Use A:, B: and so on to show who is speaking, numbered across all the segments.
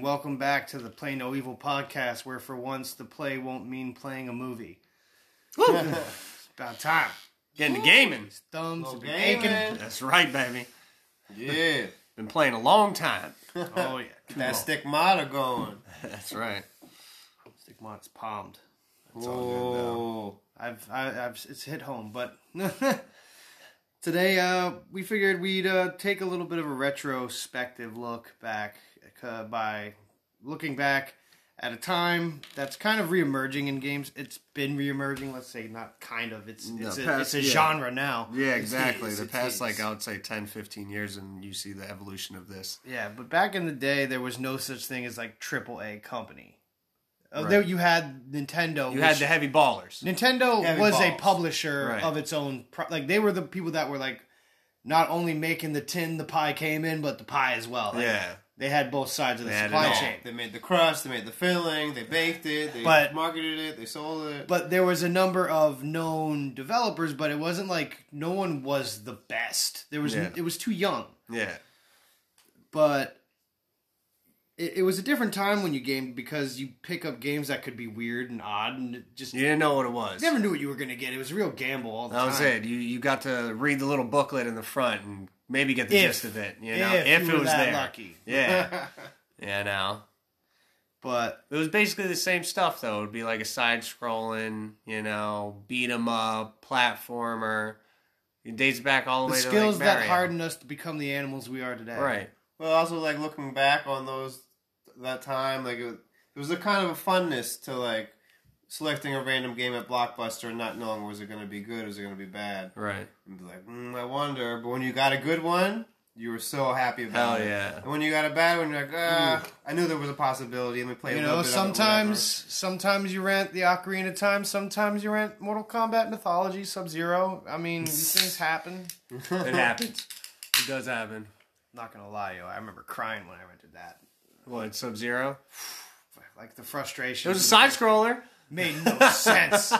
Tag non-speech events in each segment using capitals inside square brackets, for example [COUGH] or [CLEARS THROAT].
A: welcome back to the Play No Evil podcast, where for once the play won't mean playing a movie. it's [LAUGHS] about time.
B: Getting to gaming.
A: Thumbs
C: Well,
A: have been
C: gaming.
A: aching.
B: That's right, baby.
C: Yeah.
B: Been playing a long time.
A: [LAUGHS] Oh yeah,
C: That stigmata going.
B: That's right.
A: Stigmat's palmed.
C: Oh.
A: I've, I, I've, it's hit home, but [LAUGHS] today uh, we figured we'd uh, take a little bit of a retrospective look back uh, by looking back at a time that's kind of reemerging in games. It's been reemerging, let's say, not kind of. It's
B: No,
A: it's a,
B: past-
A: it's a
B: yeah.
A: genre now.
B: Yeah, exactly.
C: is,
B: The
C: it
B: past,
C: is.
B: like, I would say 10, 15 years, and you see the evolution of this.
A: Yeah, but back in the day, there was no such thing as like AAA company. Uh,
B: Right.
A: there you had Nintendo.
B: You had
A: which-
B: the heavy ballers.
A: Nintendo
C: Heavy
A: was a
C: balls.
A: publisher
B: Right.
A: of its own. Pro- like they were the people that were like not only making the tin the pie came in, but the pie as well. Like,
B: Yeah.
A: they had both sides of the
B: They had it
A: supply
B: all.
A: chain.
C: They made the crust, they made the filling, they baked it, they
A: But-
C: marketed it, they sold it.
A: But there was a number of known developers, but it wasn't like no one was the best. There was
B: Yeah.
A: it was too young.
B: Yeah.
A: but it, it was a different time when you gamed because you pick up games that could be weird and odd and it just
B: You didn't know what it was.
A: you never knew what you were gonna get. It was a real gamble all the
B: that
A: time.
B: was it. You you got to read the little booklet in the front and maybe get the
A: If-
B: gist of it. You know,
A: if,
B: if,
A: you
B: it
A: were
B: was
A: that
B: there.
A: lucky, [LAUGHS]
B: Yeah. yeah, no.
A: but
B: It was basically the same stuff though. It'd be like a side scrolling, you know, beat 'em up, platformer. It dates back all the,
A: the
B: way
A: skills
B: to like
A: that
B: Mario.
A: hardened us to become the animals we are today.
B: Right.
C: Well, also like looking back on those that time, like it, was- there was a kind of a funness to like selecting a random game at Blockbuster and not knowing was it going to be good, was it going to be bad,
B: Right.
C: and be like, mm, I wonder. But when you got a good one, you were so happy about
B: Hell Oh,
C: it.
B: yeah.
C: And when you got a bad one, you're like, ah, I knew there was a possibility. Let me play.
A: You
C: a little
A: know,
C: bit
A: sometimes sometimes you rent the Ocarina of Time, sometimes you rent Mortal Kombat Mythology, Sub Zero. I mean,
B: [LAUGHS]
A: these things happen.
C: of it,
B: It
C: whatever.
B: happens. It does happen.
A: not gonna lie, yo, I remember crying when I rented that.
B: What, Sub Zero?
A: Like the frustration.
B: It was a side scroller. [LAUGHS]
A: made no sense.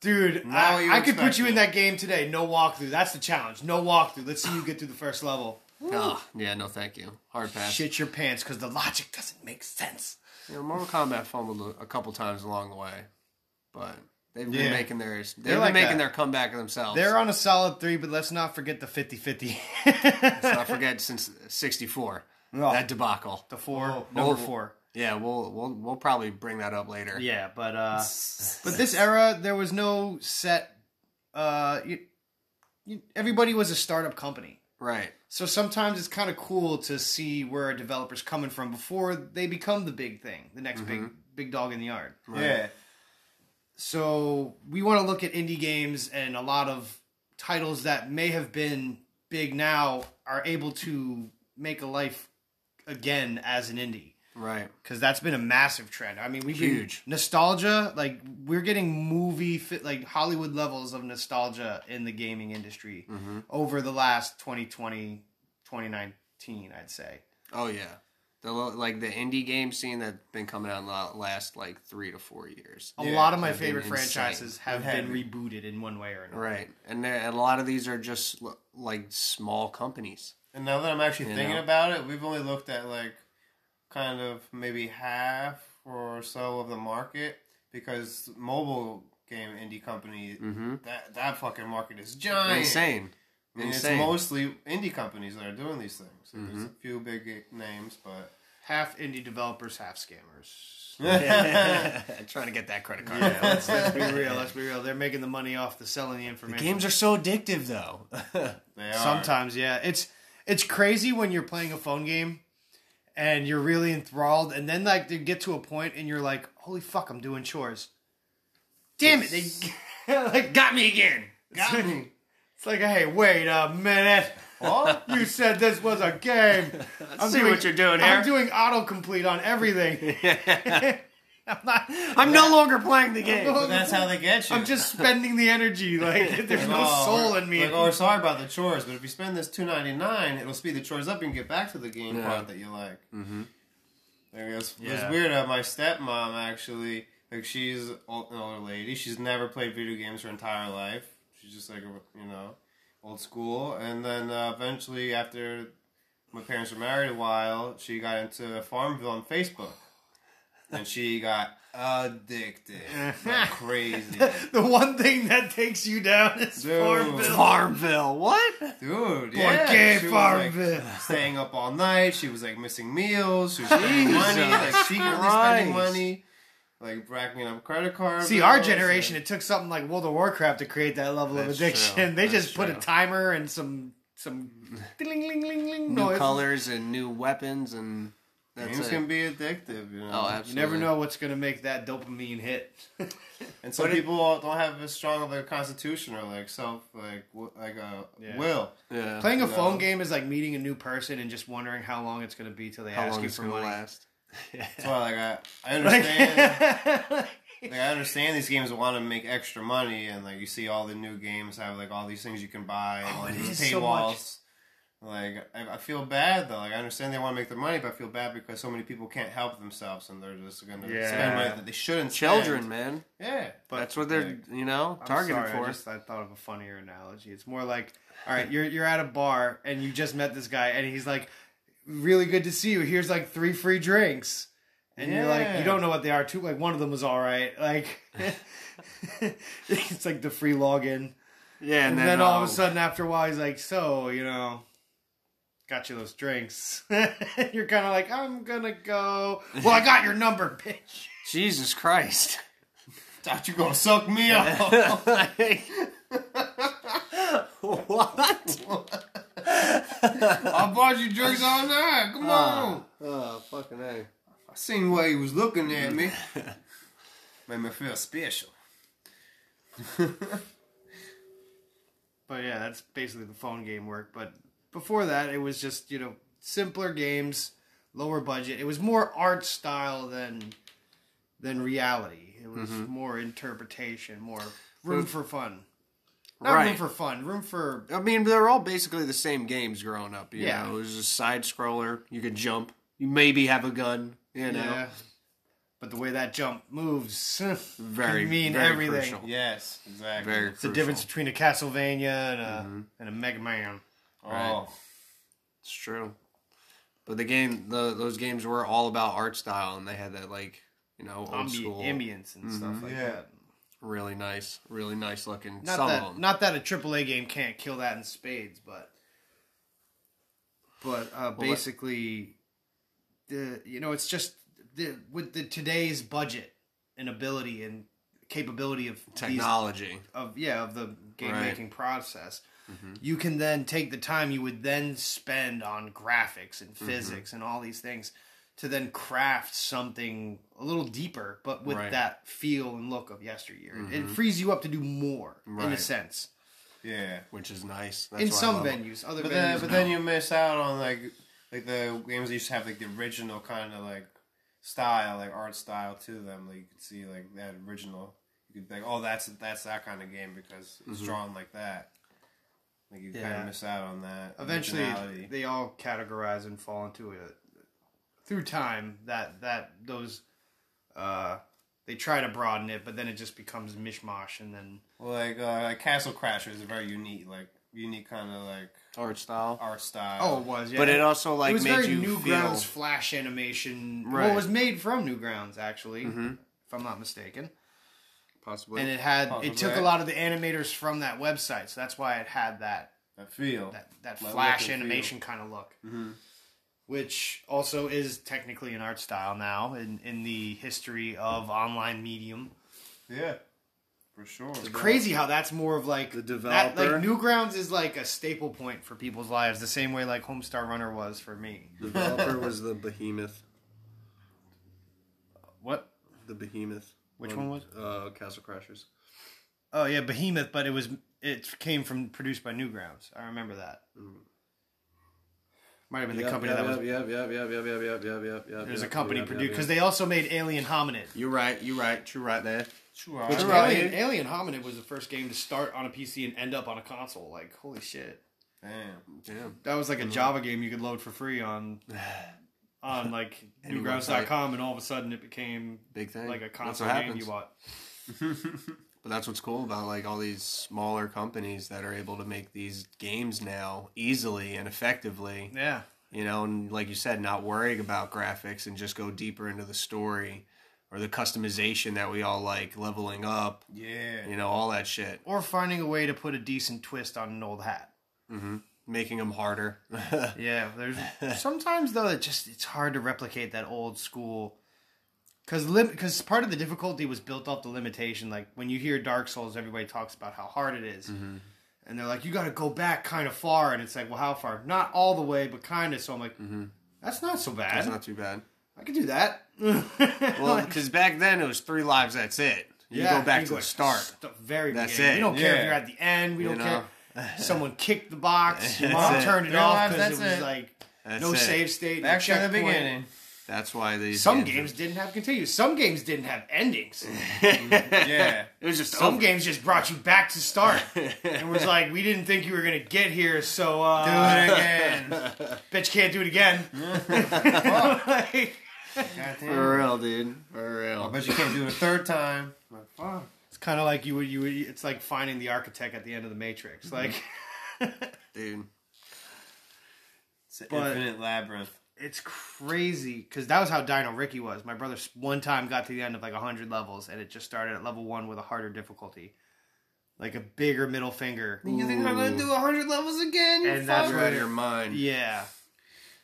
A: Dude,
C: Now
A: I,
C: you
A: I could put
C: expect
A: you in
C: it.
A: that game today. No walkthrough. That's the challenge. No walkthrough. Let's see you get through the first
B: [SIGHS]
A: level.
B: Oh, yeah, no thank you. Hard pass.
A: Shit your pants because the logic doesn't make sense.
B: You know, Mortal Kombat fumbled a- a couple times along the way, but they've been
C: Yeah.
B: making theirs. They've
A: They're
B: been
A: like
B: making
A: that.
B: their comeback themselves.
A: They're on a solid three, but let's not forget the 50 50.
B: I forget since
A: [LAUGHS]
B: '64
A: No.
B: that debacle.
A: [LAUGHS] the four, number
B: oh.
A: four.
B: Yeah, we'll we'll we'll probably bring that up later.
A: Yeah, but uh, but this era, there was no set. Uh, you, you, everybody was a startup company.
B: Right.
A: So sometimes it's kind of cool to see where a developer's coming from before they become the big thing, the next big big dog in the yard.
C: yeah.
A: So we want to look at indie games and a lot of titles that may have been big now are able to make a life again as an indie
B: Right.
A: because that's been a massive trend. I mean, we've been-
B: Huge.
A: nostalgia. Like we're getting movie fit, like Hollywood levels of nostalgia in the gaming industry
B: Mm. Mm-hmm.
A: over the last 2020, 2019, I'd say.
B: Oh yeah. The lo- like the indie game scene that's been coming out in the last like three to four years.
A: A
C: Yeah,
A: lot of my
B: they've been
A: favorite
B: insane.
A: franchises have
C: They've
A: been rebooted in one way or another.
B: Right. And, there, and a lot of these are just l- like small companies.
C: And now that I'm actually
B: You
C: thinking
B: know?
C: about it, we've only looked at like kind of maybe half or so of the market because mobile game indie company
A: Mm-hmm.
C: that that fucking market is giant.
B: Mm. Insane.
C: I mean, it's
B: Insane. Mm-hmm.
C: mostly indie companies that are doing these things. Like, There's a few big names, but
A: Half indie developers, half scammers.
B: [LAUGHS] Trying to get that credit card. [LAUGHS]
A: let's, let's [LAUGHS] be real. Let's be real. They're making the money off the selling the information.
B: Games are so addictive though. [LAUGHS]
C: they are
A: Sometimes, yeah. It's it's crazy when you're playing a phone game and you're really enthralled, and then like they get to a point and you're like, "Holy fuck, I'm doing chores." Damn it! They [LAUGHS] like
B: Got me again.
A: got
B: [LAUGHS]
A: me. [LAUGHS] It's like, hey, wait a minute. [LAUGHS] You said this was a [LAUGHS] game. I'm
B: see what you're doing
A: I'm
B: here.
A: doing autocomplete on [LAUGHS] everything. I'm not. [LAUGHS]
B: I'm no longer playing the game.
C: But that's how they get you.
A: I'm just spending the energy. Like [LAUGHS] there's no
C: Oh,
A: soul
C: we're-
A: in me.
C: Like, oh, sorry about the chores, but if you spend this two ninety nine, it'll speed the chores up and get back to the game
B: Yeah.
C: part that you like. Mm-hmm. Like, it was, it was
B: Yeah.
C: weird. Uh, my stepmom actually, like, she's old, an older lady. She's never played video games her entire life. She's just like a, you know, old school. And then uh, eventually, after my parents were married a while. She got into Farmville on Facebook, and she got addicted,
A: [LAUGHS]
C: like crazy,
A: the one thing that takes you down is
C: Dude.
A: Farmville.
B: [LAUGHS] Farmville. What?
C: dude.
A: Yeah,
C: Yeah, she was, like,
A: Farmville. [LAUGHS]
C: staying up all night. She was like missing meals. She was spending money, like secretly
B: Christ.
C: spending money, like racking up credit cards.
A: See, our generation, it took something like World of Warcraft to create that level of
B: That's
A: addiction.
B: true.
A: They
B: That's
A: just put a
B: true.
A: timer and some some ding, ding, ding, ding,
B: New
A: noise.
B: colors and new weapons and that's
C: Games
B: it.
C: can be addictive, you know.
B: oh,
A: You
B: absolutely.
A: never know what's gonna make that dopamine hit.
C: And some
B: But it-
C: people don't have as strong of a constitution or like self, like w- like a
A: Yeah.
C: will.
B: Yeah.
A: Playing a
C: No.
A: phone game is like meeting a new person and just wondering how long it's gonna be till they
B: How
A: ask
B: long
A: you
B: it's
A: for
B: gonna
A: money.
B: last?
C: That's why, like I,
A: [LAUGHS]
C: I
A: Like-
C: understand. like I understand these games want to make extra money, and like you see all the new games have like all these things you can buy, and
A: Oh,
C: all
A: it
C: these
A: is so much.
C: paywalls. like I, I feel bad though. Like I understand they want to make their money, but I feel bad because so many people can't help themselves, and they're just going to
A: Yeah.
C: spend money that they shouldn't.
B: Children,
C: spend.
B: man.
C: yeah.
A: But-
B: that's what they're you know
A: I'm
B: targeted
A: sorry,
B: for.
A: I, just, I thought of a funnier analogy. It's more like, all right, you're you're at a bar and you just met this guy and he's like, really good to see you. Here's like three free drinks, and you're like,
C: Yeah.
A: you don't know what they are. Two, like one of them was all right. Like, [LAUGHS] it's like the free login,
B: yeah, oh,
A: and, then, all of a
B: I'll-
A: sudden, after a while, he's like, so you know. Got you those drinks. [LAUGHS] You're kind of like, I'm gonna go. Well, I got your number, bitch.
B: Jesus Christ.
C: Thought you gonna suck
A: [LAUGHS]
C: me off.
B: Like, what?
C: I bought you drinks all night. Come
A: Ah.
C: on.
B: Oh, fucking A.
C: I seen why he was looking
A: [LAUGHS]
C: at me. Made me feel special.
A: But yeah, that's basically the phone game work. But before that, it was just you know simpler games, lower budget. It was more art style than than reality. It was
B: Mm-hmm.
A: more interpretation, more room for fun. Not room
B: Right.
A: for fun, room for
B: I mean, they were all basically the same games growing up. You
A: Yeah.
B: know, it was a side scroller. You could jump. You maybe have a gun. You know,
A: yeah. But the way that jump moves [LAUGHS]
B: very
A: could mean
B: very
A: everything.
B: Crucial.
C: Yes, exactly.
B: Very
A: It's the difference between a Castlevania and a
B: Mm-hmm.
A: and a Mega Man.
C: oh,
B: Right. It's true. But the game, the, those games were all about art style, and they had that like you know old
A: Ambi-
B: school, Mm-hmm.
A: ambience and stuff like
C: Yeah.
A: that.
B: really nice, really nice looking.
A: Not
B: some
A: that,
B: of them.
A: not that a AAA game can't kill that in spades, but but uh, basically, the you know it's just the with the today's budget and ability and capability of these
B: Technology,
A: of yeah of the game
B: Right. Mm-hmm.
A: making process you can then take the time you would then spend on graphics
B: Mm-hmm.
A: and physics and all these things to then craft something a little deeper but with
B: Right. Mm-hmm.
A: that feel and look of yesteryear it frees you up to do more in a
B: Right.
A: sense
C: Yeah.
B: which is nice. That's
A: in
B: why I
A: some
B: love it.
A: venues other
C: But
A: venues
C: then, but
A: no.
C: then you miss out on like like the games that used to have like the original kind of like style, like art style to them. Like you could see like that original. You could like, oh, that's that's that kind of game because it's drawn like that. Like you kind
A: Mm-hmm. Yeah.
C: of miss out on that.
A: eventually
C: originality.
A: they all categorize and fall into it through time that that those uh they try to broaden it but then it just becomes mishmash and then
C: Well, like uh, like Castle Crashers is a very unique, like unique kind of like
B: art style.
C: art style.
A: oh it was yeah
B: But it also like
A: it was
B: made
A: very
B: you feel.
A: Newgrounds Flash animation. Well,
B: Right. Mm-hmm.
A: it was made from Newgrounds, actually, if I'm not mistaken.
B: Possibly.
A: And it had
C: Possibly.
A: it took a lot of the animators from that website, so that's why it had that
C: I feel
A: Oh, that, that
C: Like
A: Flash
C: look and feel.
A: animation kind of look,
B: Mm-hmm.
A: which also is technically an art style now in in the history of online medium.
C: yeah, for sure.
A: It's crazy how that's more of like
B: The
A: That,
B: developer.
A: like Newgrounds is like a staple point for people's lives, the same way like Homestar Runner was for me.
B: the developer [LAUGHS] was the behemoth.
A: What?
B: The behemoth.
A: Which one was?
B: Uh, Castle Crashers.
A: Oh yeah, Behemoth, but it was it came from produced by Newgrounds. I remember that. Mm. Might have been the company that was.
B: Yep, yep, yep, yep, yep, yep, yep, yep, yep.
A: There's a company produced because they also made Alien Hominid.
B: You're right. You're right. True, right there.
C: True, I-
A: Which
B: right.
A: Alien, Alien Hominid was the first game to start on a PC and end up on a console. Like holy shit,
C: Damn.
B: Damn.
A: that was like a Java game you could load for free [SIGHS] on on like [LAUGHS]
B: Anywhere
A: Newgrounds.com, and all of a sudden it became
B: Big thing.
A: like a
B: That's
A: console
B: what
A: game
B: happens.
A: you bought.
B: But that's what's cool about like all these smaller companies that are able to make these games now easily and effectively.
A: Yeah,
B: you know, and like you said, not worrying about graphics and just go deeper into the story or the customization that we all like, leveling up,
C: Yeah.
B: you know, all that shit.
A: or finding a way to put a decent twist on an old hat.
B: hmm Making them harder. [LAUGHS]
A: Yeah, there's sometimes though it just it's hard to replicate that old school because because part of the difficulty was built off the limitation. Like when you hear Dark Souls, everybody talks about how hard it is.
B: Mm-hmm.
A: and they're like, you got to go back kind of far, and it's like, well, how far? Not all the way, but kind of. So I'm like, that's not so bad.
B: Mm-hmm. That's not too bad.
A: I could do that. [LAUGHS]
B: Well,
A: Like,
B: because back then it was three lives. That's it. You
A: yeah,
B: go back
A: you
B: to the start.
A: st- very
B: That's
A: beginning.
B: it.
A: We don't care
C: Yeah.
A: if you're at the end. We
B: You
A: don't
B: know?
A: care.
B: [LAUGHS]
A: Someone kicked the box. Your mom
B: That's it.
A: turned it
C: Three
A: off
C: lives,
A: because it
C: that's
A: was
C: it.
A: like
B: That's
A: no
B: it.
A: save state. no
C: Back to the
A: checkpoint. [LAUGHS]
C: beginning.
B: That's why these
A: Some games didn't have continues. Some games didn't have endings.
B: yeah,
C: Yeah.
B: it was just
A: Some
B: over.
A: games just oh. brought you back to start and was like, "We didn't think you were gonna get here, so uh,
C: Do it again.
A: [LAUGHS] bet you can't do it again." [LAUGHS] Like,
C: Goddamn.
B: For real, dude. For
C: I
B: real.
C: bet you can't do it a third time. Like, fuck.
A: it's kind of like you would you. Would, it's like finding the architect at the end of the Matrix. Like
B: Dude.
C: It's an
A: But-
C: infinite labyrinth.
A: it's crazy because that was how Dino Ricky was. My brother s- one time got to the end of like hundred levels, and it just started at level one with a harder difficulty, like a bigger middle finger.
C: You think I'm gonna do hundred levels again?
A: And that's
C: Fuck.
B: You're out of your mind.
A: Yeah.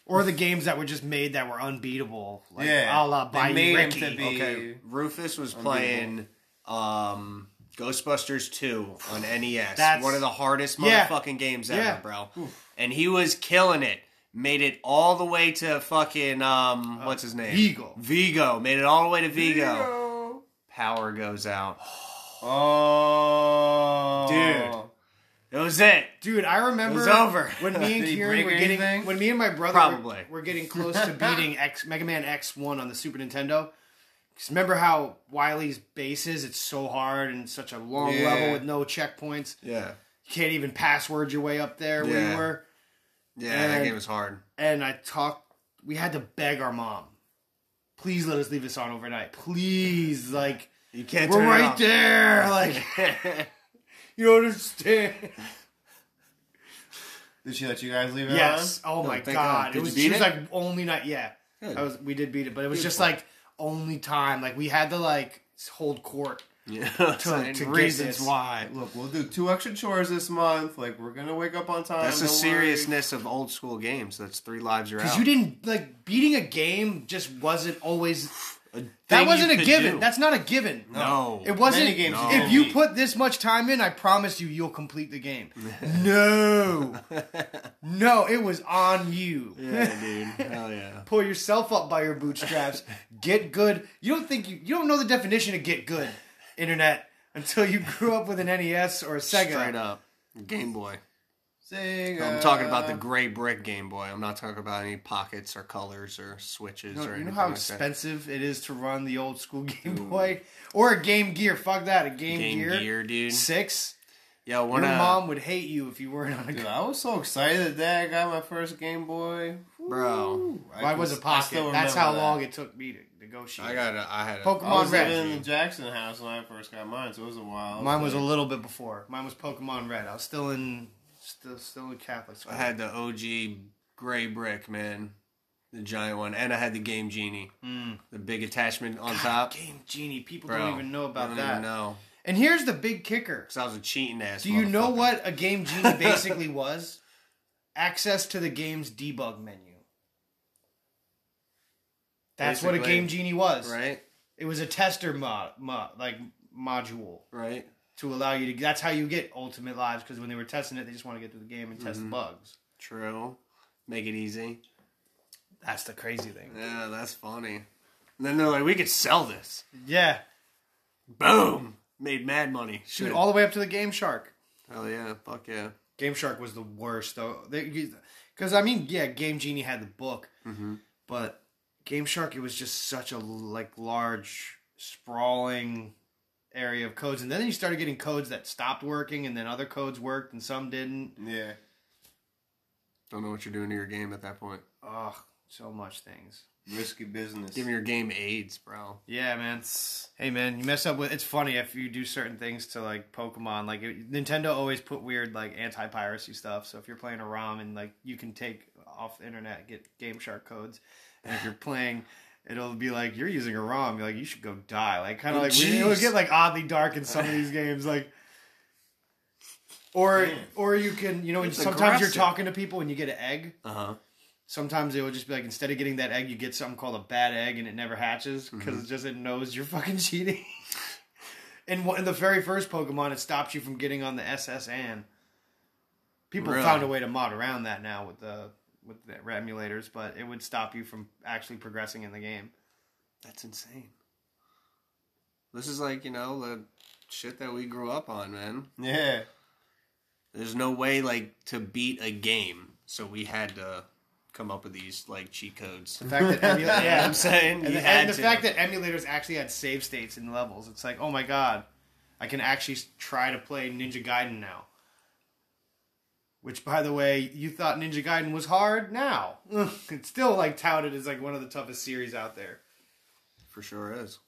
A: Or the games that were just made that were unbeatable, like
C: Yeah.
A: a la
C: They
A: by
C: made 'em
A: Ricky.
C: to be-
B: Okay, Rufus was playing um, Ghostbusters 2 on NES.
A: That's-
B: one of the hardest
A: Yeah.
B: motherfucking games ever,
A: Yeah.
B: bro. And he was killing it. Made it all the way to fucking um, what's his name?
A: Uh, Vigo.
B: Vigo. Made it all the way to Vigo.
C: Vigo.
B: Power goes out.
C: Oh,
B: Dude. It was it.
A: Dude, I remember
B: It was over.
A: when me and
C: [LAUGHS] Did he
A: Kieran
C: break
A: were getting
C: anything?
A: when me and my brother
B: Probably.
A: were, were getting close
C: [LAUGHS]
A: to beating X Mega Man X one on the Super Nintendo. 'Cause remember how Wily's bases? It's so hard and such a long
C: Yeah.
A: level with no checkpoints.
B: Yeah.
A: You can't even password your way up there where
B: Yeah.
A: you were.
B: Yeah, that
A: And-
B: game was hard.
A: And I talked. We had to beg our mom, please let us leave this on overnight. Please, like
B: You can't
A: we're
B: turn
A: right
B: [LAUGHS] it
A: there. Like
B: there.
A: you understand?
C: Did she let you guys leave it
A: Yes. Oh my
B: thank God.
A: god. It
B: Did you
A: was
B: beat
A: she was
B: it?
A: like only night yeah. I was we did beat it, but it was just like only time. Like we had to like hold court.
B: yeah.
A: To- to get
B: reasons
A: this.
B: why.
C: on? Look, we'll do two extra chores this month. Like we're gonna wake up on time.
B: That's the
C: don't worry.
B: seriousness of old school games. That's three lives you're out.
A: Because you didn't like beating a game just wasn't always
B: didn't,
A: that wasn't a given. That's not a given.
B: no.
A: It wasn't
C: Many games
B: No.
A: if you put this much time in, I promise you you'll complete the
B: [LAUGHS]
A: game. no. No, it was on you.
B: Yeah,
A: [LAUGHS]
B: dude. Hell yeah.
A: Pull yourself up by your
B: [LAUGHS]
A: bootstraps. Get good. You don't think you you don't know the definition of get good, internet, until you grew up with an NES or a Sega.
B: Straight up. Game Boy.
C: Sega.
B: I'm talking about the gray brick Game Boy. I'm not talking about any pockets or colors or
A: You
B: switches
A: know,
B: or
A: you know
B: anything
A: how
B: like that.
A: expensive it is to run the old school [LAUGHS] Game Boy or a Game Gear. Fuck that, a Game,
B: Game
A: Gear,
B: Gear, dude.
A: six.
B: Yo,
A: Your
B: when uh,
A: mom would hate you if you weren't on a.
C: Dude, I was so excited the day I got my first Game Boy.
B: bro,
C: I
A: Why
C: can-
A: was a
C: I still
A: pocket? That's
C: remember
A: how
C: that.
A: long it took me to negotiate.
B: I got a, I had a
A: Pokemon
C: I was
A: Red.
C: living in the Jackson house when I first got mine, so it was a while.
A: Mine was a little bit before. Mine was Pokemon Red. I was still in, still, still in Catholic school.
B: I had the OG gray brick, man, the giant one, and I had the Game Genie,
A: Mm.
B: the big attachment on top.
A: Game Genie. People
B: Bro,
A: don't even know about
B: I don't
A: that.
B: even know.
A: And here's the big kicker.
B: 'Cause I was a cheating ass.
A: Do you know
B: motherfucker.
A: what a game [LAUGHS] genie basically was? Access to the game's debug menu. That's what a
B: Basically,
A: game genie was.
B: Right,
A: It was a tester mod, mod, like module
B: right.
A: to allow you to. That's how you get ultimate lives because when they were testing it, they just want to get through the game and test the bugs.
B: True. Make it easy.
A: That's the crazy thing.
B: Yeah, that's funny. And then they're like, we could sell this.
A: Yeah,
B: Boom. Made mad money.
A: dude,
B: Shoot.
A: all the way up to the Game Shark.
B: Hell yeah. Fuck yeah.
A: Game Shark was the worst though. Because I mean, yeah, Game Genie had the book,
B: Mm-hmm.
A: but Game Shark it was just such a like large sprawling area of codes, and then you started getting codes that stopped working, and then other codes worked, and some didn't.
C: Yeah.
B: Don't know what you're doing to your game at that point.
A: Ugh, so much things.
C: Risky business.
B: Giving your game AIDS, bro.
A: Yeah, man. Hey, man, you mess up with. It's funny if you do certain things to like Pokemon. Like it, Nintendo always put weird like anti piracy stuff. So if you're playing a ROM and like you can take off the internet, get Game Shark codes, and if you're playing. It'll be like you're using a ROM. You're like you should go die. Like kind of like we, it would
B: Oh, jeez.
A: get like oddly dark in some of
B: [LAUGHS]
A: these games. Like or
C: Man.
A: or you can you know when
B: It's
A: sometimes
B: aggressive.
A: you're talking to people and you get an egg.
B: Uh huh.
A: Sometimes it will just be like instead of getting that egg, you get something called a bad egg, and it never hatches because it just it knows you're fucking [LAUGHS] cheating. and one, in the very first Pokemon, it stops you from getting on the SSN. People
B: Really?
A: found a way to mod around that now with the with the emulators, but it would stop you from actually progressing in the game.
B: That's insane. This is like you know the shit that we grew up on, man.
C: Yeah.
B: There's no way like to beat a game, so we had to come up with these like cheat codes.
A: The fact that emula-
B: You know what
A: yeah,
B: I'm saying
A: And
B: you
A: the,
B: had
A: and the
B: to.
A: fact that emulators actually had save states and levels, it's like, oh my god, I can actually s- try to play Ninja Gaiden now. Which, by the way, you thought Ninja Gaiden was hard. Now [LAUGHS] it's still like touted as like one of the toughest series out there.
B: for sure is.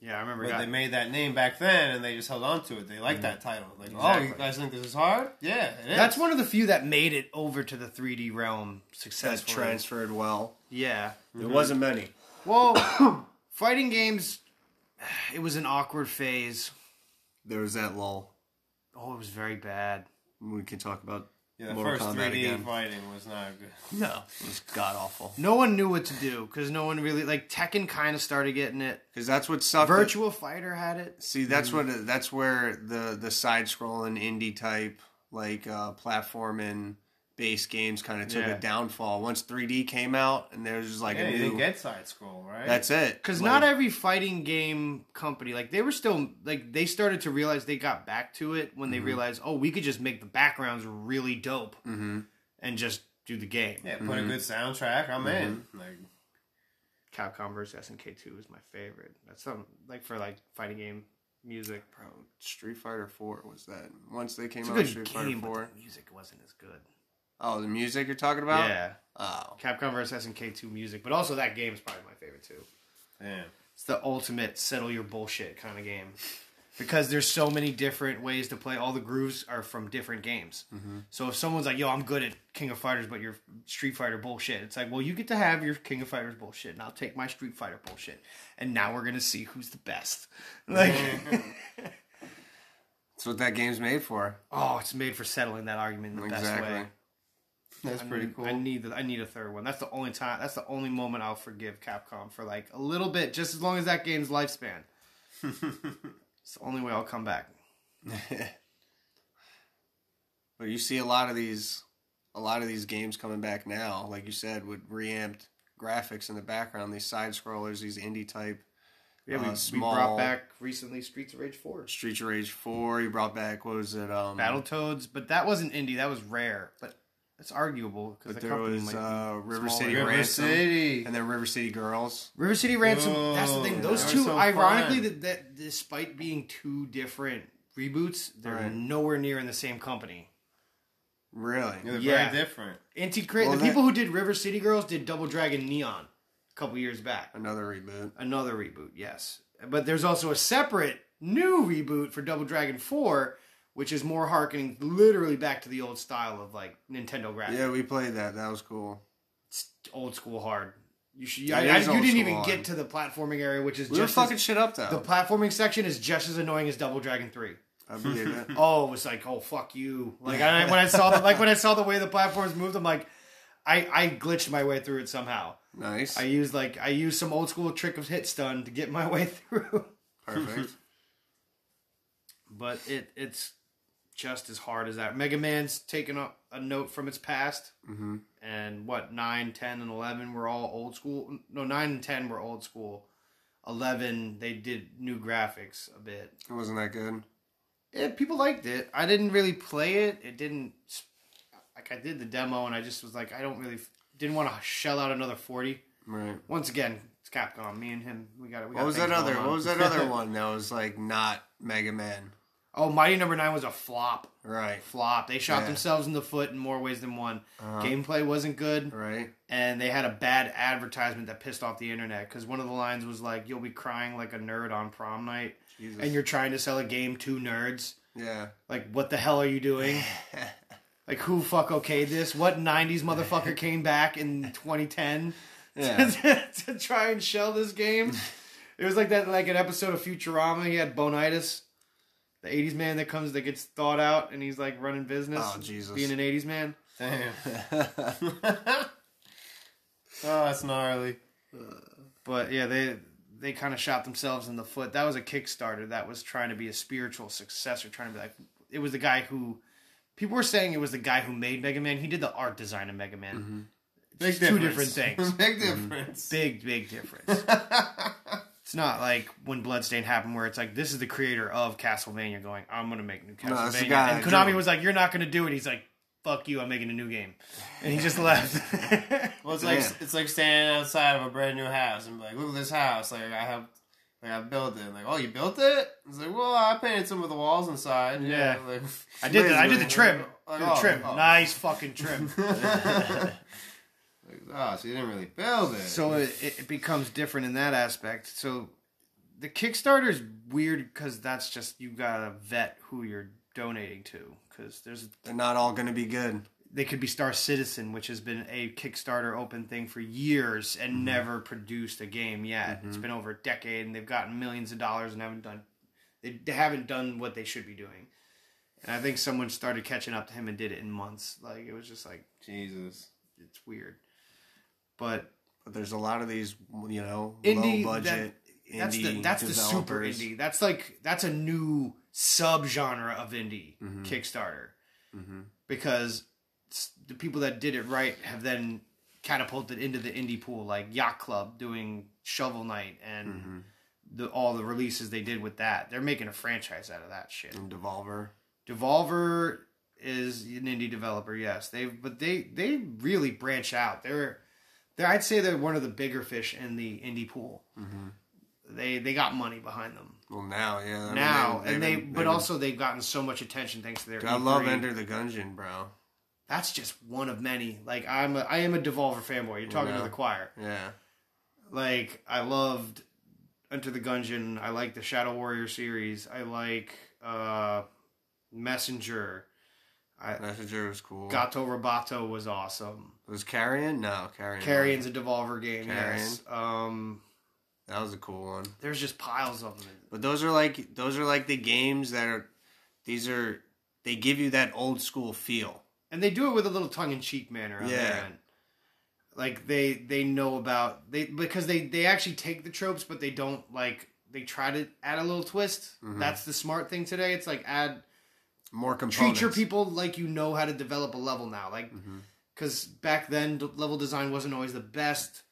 A: Yeah, I remember.
C: But
A: got-
C: they made that name back then, and they just held on to it. They like that title. Like, oh, you
A: Mm-hmm. Exactly.
C: guys think this is hard? Yeah, it is.
A: that's one of the few that made it over to the 3D realm
B: That's Mm-hmm.
A: successfully.
B: transferred well.
A: Yeah.
B: There wasn't many.
A: Well, [COUGHS] fighting games. [SIGHS] It was an awkward phase.
B: There was that lull.
A: Oh, it was very bad.
B: We can talk about
C: yeah, the
B: Mortal
C: first
B: Kombat
C: 3D
B: again.
C: fighting was not good.
B: no. It was god awful.
A: No one knew what to do because no one really like Tekken kind of started getting it.
B: Because that's what sucked.
A: Virtual Fighter had it.
B: See, that's what that's where the the side scrolling indie type like uh platforming based games kind of took
A: Yeah.
B: a downfall once 3D came out and there's just like
C: Yeah,
B: a
C: you
B: new
C: didn't get side scroll, right?
B: that's it
A: Because
B: Like,
A: not every fighting game company like they were still like they started to realize they got back to it when they
B: Mm-hmm.
A: realized oh we could just make the backgrounds really dope
B: mm-hmm.
A: and just do the game.
C: yeah. Put a good soundtrack. I'm in.
B: Mm-hmm.
C: Like,
A: Capcom vs SNK two is my favorite. That's something like for like fighting game music.
B: bro, Street Fighter 4 was that once they came
A: It's a
B: out
A: good
B: with Street
A: game,
B: Fighter 4
A: but the music wasn't as good.
B: oh the music you're talking about
A: yeah,
B: oh
A: Capcom vs SNK two music, but also that game is probably my favorite too.
C: yeah.
A: it's the ultimate settle your bullshit kind of game because there's so many different ways to play all the grooves are from different games so if someone's like yo i'm good at king of fighters but your street fighter bullshit it's like well you get to have your king of fighters bullshit and i'll take my street fighter bullshit and now we're gonna see who's the best like
B: that's what that game's made for
A: [LAUGHS] oh it's made for settling that argument in the best way
B: exactly
C: That's
A: I
C: pretty
A: need-
C: cool.
A: I need the, I need a third one. That's the only time. That's the only moment I'll forgive Capcom for like a little bit, just as long as that game's lifespan.
B: [LAUGHS]
A: it's the only way I'll come back.
B: [LAUGHS] But you see a lot of these, a lot of these games coming back now, like you said, with reamped graphics in the background, these side scrollers, these indie type.
A: Yeah, we,
B: Uh,
A: we
B: small-
A: brought back recently Streets of Rage Four,
B: Streets of Rage Four. You brought back what was it? Um,
A: Battletoads, but that wasn't indie. That was rare, but it's arguable because
B: But
A: the
B: there
A: company
B: was
A: might
B: uh, River
A: smaller.
B: City
C: River
B: Ransom,
C: City.
B: and then River City Girls.
A: be. River City Ransom. that's the
C: Oh,
A: thing; those
C: those
A: two,
C: are so
A: ironically,
C: fun.
A: that, that despite being two different reboots, they're
B: Right.
A: nowhere near in the same company.
B: Really?
C: They're
A: Yeah.
C: very different.
A: Anti Crit.
B: Well,
A: the
B: that-
A: people who did River City Girls did Double Dragon Neon a couple years back.
B: Another reboot.
A: Another reboot, yes. But there's also a separate new reboot for Double Dragon 4, which is more harkening literally back to the old style of like Nintendo graphics.
B: Yeah, we played that. That was cool.
A: It's old school hard. You should.
B: It
A: I, I,
B: is old
A: you didn't
B: school
A: even
B: hard.
A: get to the platforming area, which is
B: We were
A: just
B: fucking
A: as-
B: shit up
A: the
B: though.
A: platforming section is just as annoying as Double Dragon 3.
B: I believe
A: [LAUGHS]
B: it.
A: oh, it was like, oh fuck you. Like I, when I saw the, like when
B: [LAUGHS]
A: I saw the way the platforms moved, I'm like, I I glitched my way through it somehow.
B: Nice.
A: I used like I used some old school trick of hit stun to get my [LAUGHS] way through.
B: Perfect.
A: But it it's just as hard as that. Mega Man's taken a, a note from its past,
B: hmm
A: and what nine, ten, and eleven were all old school. No, nine and ten were old school. Eleven they did new graphics a bit.
B: It wasn't that good.
A: Yeah, people liked it. I didn't really play it. It didn't like I did the demo, and I just was like, I don't really didn't want to shell out another forty.
B: Right.
A: Once again, it's Capcom. Me and him, we got it.
B: What was that other?
A: [LAUGHS]
B: What was that other one that was like not Mega Man?
A: Oh, Mighty Number Nine was a flop.
B: Right.
A: Flop. They shot
B: Yeah.
A: themselves in the foot in more ways than one.
B: Uh-huh.
A: Gameplay wasn't good,
B: Right.
A: and they had a bad advertisement that pissed off the internet because one of the lines was like, "You'll be crying like a nerd on prom night,"
B: Jesus.
A: [LAUGHS] and you're trying to sell a game to nerds.
B: yeah. [LAUGHS]
A: Like, what the hell are you doing? Like who fuck okayed this? What '90s
B: [LAUGHS]
A: motherfucker came back in 2010
B: Yeah.
A: [LAUGHS] to, to try and shell this game? It was like that, like an episode of Futurama. He had bonitis, the '80s man that comes that gets thawed out, and he's like running business,
B: Oh, Jesus.
A: being an '80s man.
C: Damn. oh, that's gnarly.
A: But yeah, they they kind of shot themselves in the foot. That was a Kickstarter that was trying to be a spiritual successor, trying to be like it was the guy who people were saying it was the guy who made Mega Man. He did the art design of Mega
B: Mm-hmm.
A: Man.
C: Big
A: Two
C: difference.
A: different things.
C: [LAUGHS] Big difference.
A: Big big difference. [LAUGHS] it's not like when Bloodstained happened where it's like this is the creator of Castlevania going I'm gonna make new
B: No, it's the
A: Castlevania
B: guy
A: and
B: that
A: Konami
B: drew it.
A: was like you're not gonna do it. He's like fuck you I'm making a new game and he [LAUGHS] just left.
C: Well, it's like
B: Damn.
C: it's like standing outside of a brand new house and be like, look at this house. Like I have, like I built it. Like oh, you built it? It's like well, I painted some of the walls inside.
A: Yeah.
C: like, [LAUGHS]
A: I did the, I did the trim.
C: Like,
A: Did the
C: oh,
A: trim.
C: oh.
A: Nice fucking trim.
C: [LAUGHS] Like, oh, so you didn't really build
A: [LAUGHS]
C: it.
A: So it, it it becomes different in that aspect. So the Kickstarter is weird because that's just you gotta vet who you're donating to because there's
B: [LAUGHS] They're not all going to be good.
A: they could be Star Citizen, which has been a Kickstarter open thing for years and never produced a game yet. It's been over a decade, and they've gotten millions of dollars and haven't done they they haven't done what they should be doing. And I think someone started catching up to him and did it in months. Like it was just like
C: Jesus.
A: it's weird, but
B: But there's a lot of these, you know,
A: Indie,
B: low budget. indie
A: that's the that's the super
B: developers.
A: indie. That's like that's a new subgenre of indie
B: Mhm.
A: Kickstarter
B: Mhm.
A: because s- the people that did it right have then catapulted into the indie pool, like Yacht Club doing Shovel Knight and
B: Mhm.
A: the all the releases they did with that. They're making a franchise out of that shit.
B: And Devolver.
A: Devolver is an indie developer, yes. They but they they really branch out. They're they're I'd say they're one of the bigger fish in the indie pool.
B: Mhm.
A: They they got money behind them
B: Well, now, yeah. I mean,
A: now,
B: they've-
A: and
B: they've
A: they
B: been-
A: but
B: they've been-
A: also E they've gotten so much attention thanks to their.
B: Dude, I love
A: E3.
B: Enter the Gungeon, bro.
A: That's just one of many. Like I'm a I am a Devolver fanboy. You're talking
B: Yeah.
A: to the choir.
B: Yeah.
A: Like I loved Enter the Gungeon. I like the Shadow Warrior series. I like uh Messenger.
B: Messenger was cool.
A: Gato Robato was awesome.
B: was Carrion? No, Carrion.
A: Carrion's a Devolver game.
B: Carrion.
A: Yes. Um.
B: That was a cool one.
A: There's just piles of them.
B: But those are like those are like the games that are these are they give you that old school feel.
A: and they do it with a little tongue in cheek manner on
B: Yeah.
A: their end. Like they they know about they because they they actually take the tropes, but they don't like they try to add a little twist.
B: Mhm.
A: That's the smart thing today. It's like add
B: More components.
A: treat your people like you know how to develop a level now. Like
B: [LAUGHS] Mhm.
A: because back then d- level design wasn't always the best,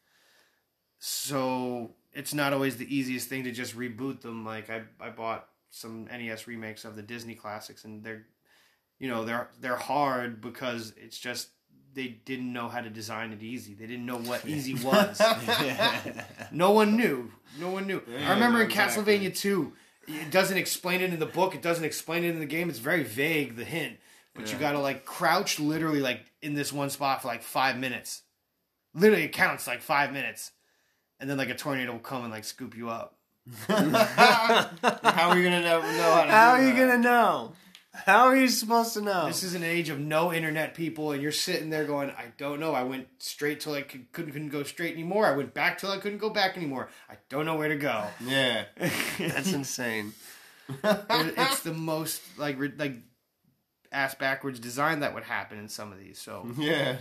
A: so it's not always the easiest thing to just reboot them. Like I I bought some NES remakes of the Disney classics, and they're you know they're they're hard because it's just they didn't know how to design it easy. They didn't know what easy was. No one knew. No one knew. I
C: Yeah,
A: remember in
C: exactly.
A: Castlevania 2, it doesn't explain it in the book, it doesn't explain it in the game. It's very vague, the hint. But you gotta like crouch literally like in this one spot for like five minutes. Literally, it counts like five minutes. And then like a tornado will come and like scoop you up.
C: How are you gonna know, know how to?
B: How are
C: do
B: you
C: that?
B: gonna know? How are you supposed to know?
A: This is an age of no internet people, and you're sitting there going, I don't know. I went straight till I could, couldn't, couldn't go straight anymore. I went back till I couldn't go back anymore. I don't know where to
C: [LAUGHS]
A: go.
C: Yeah.
B: That's insane. [LAUGHS]
A: It- it's the most like re- like ass backwards design that would happen in some of these. So
C: Yeah.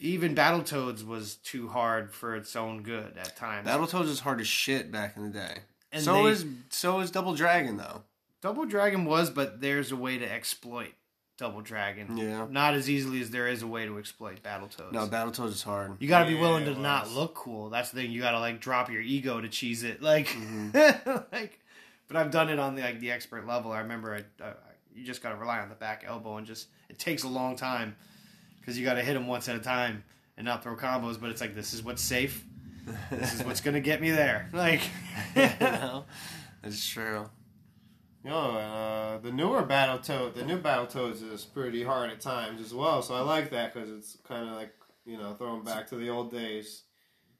A: even Battletoads was too hard for its own good at times.
B: Battletoads is hard as shit back in the day.
A: And
B: so
A: they-
B: is so is Double Dragon though.
A: Double Dragon was, but there's a way to exploit Double Dragon.
B: Yeah.
A: Not as easily as there is a way to exploit Battletoads.
B: No, Battletoads is hard. [LAUGHS]
A: you got to be
C: Yeah,
A: willing to
C: it
A: not
C: was.
A: look cool. That's the thing. You got to like drop your ego to cheese it. Like, [LAUGHS] like. But I've done it on the like the expert level. I remember I, I, you just got to rely on the back elbow and just it takes a long time because you got to hit them once at a time and not throw combos. But it's like this is what's safe. This is what's gonna get me there. [LAUGHS] Like,
B: That's true.
C: No, and uh, the newer Battletoad, the new Battletoads is pretty hard at times as well. So I like that because it's kind of like you know throwing back to the old days.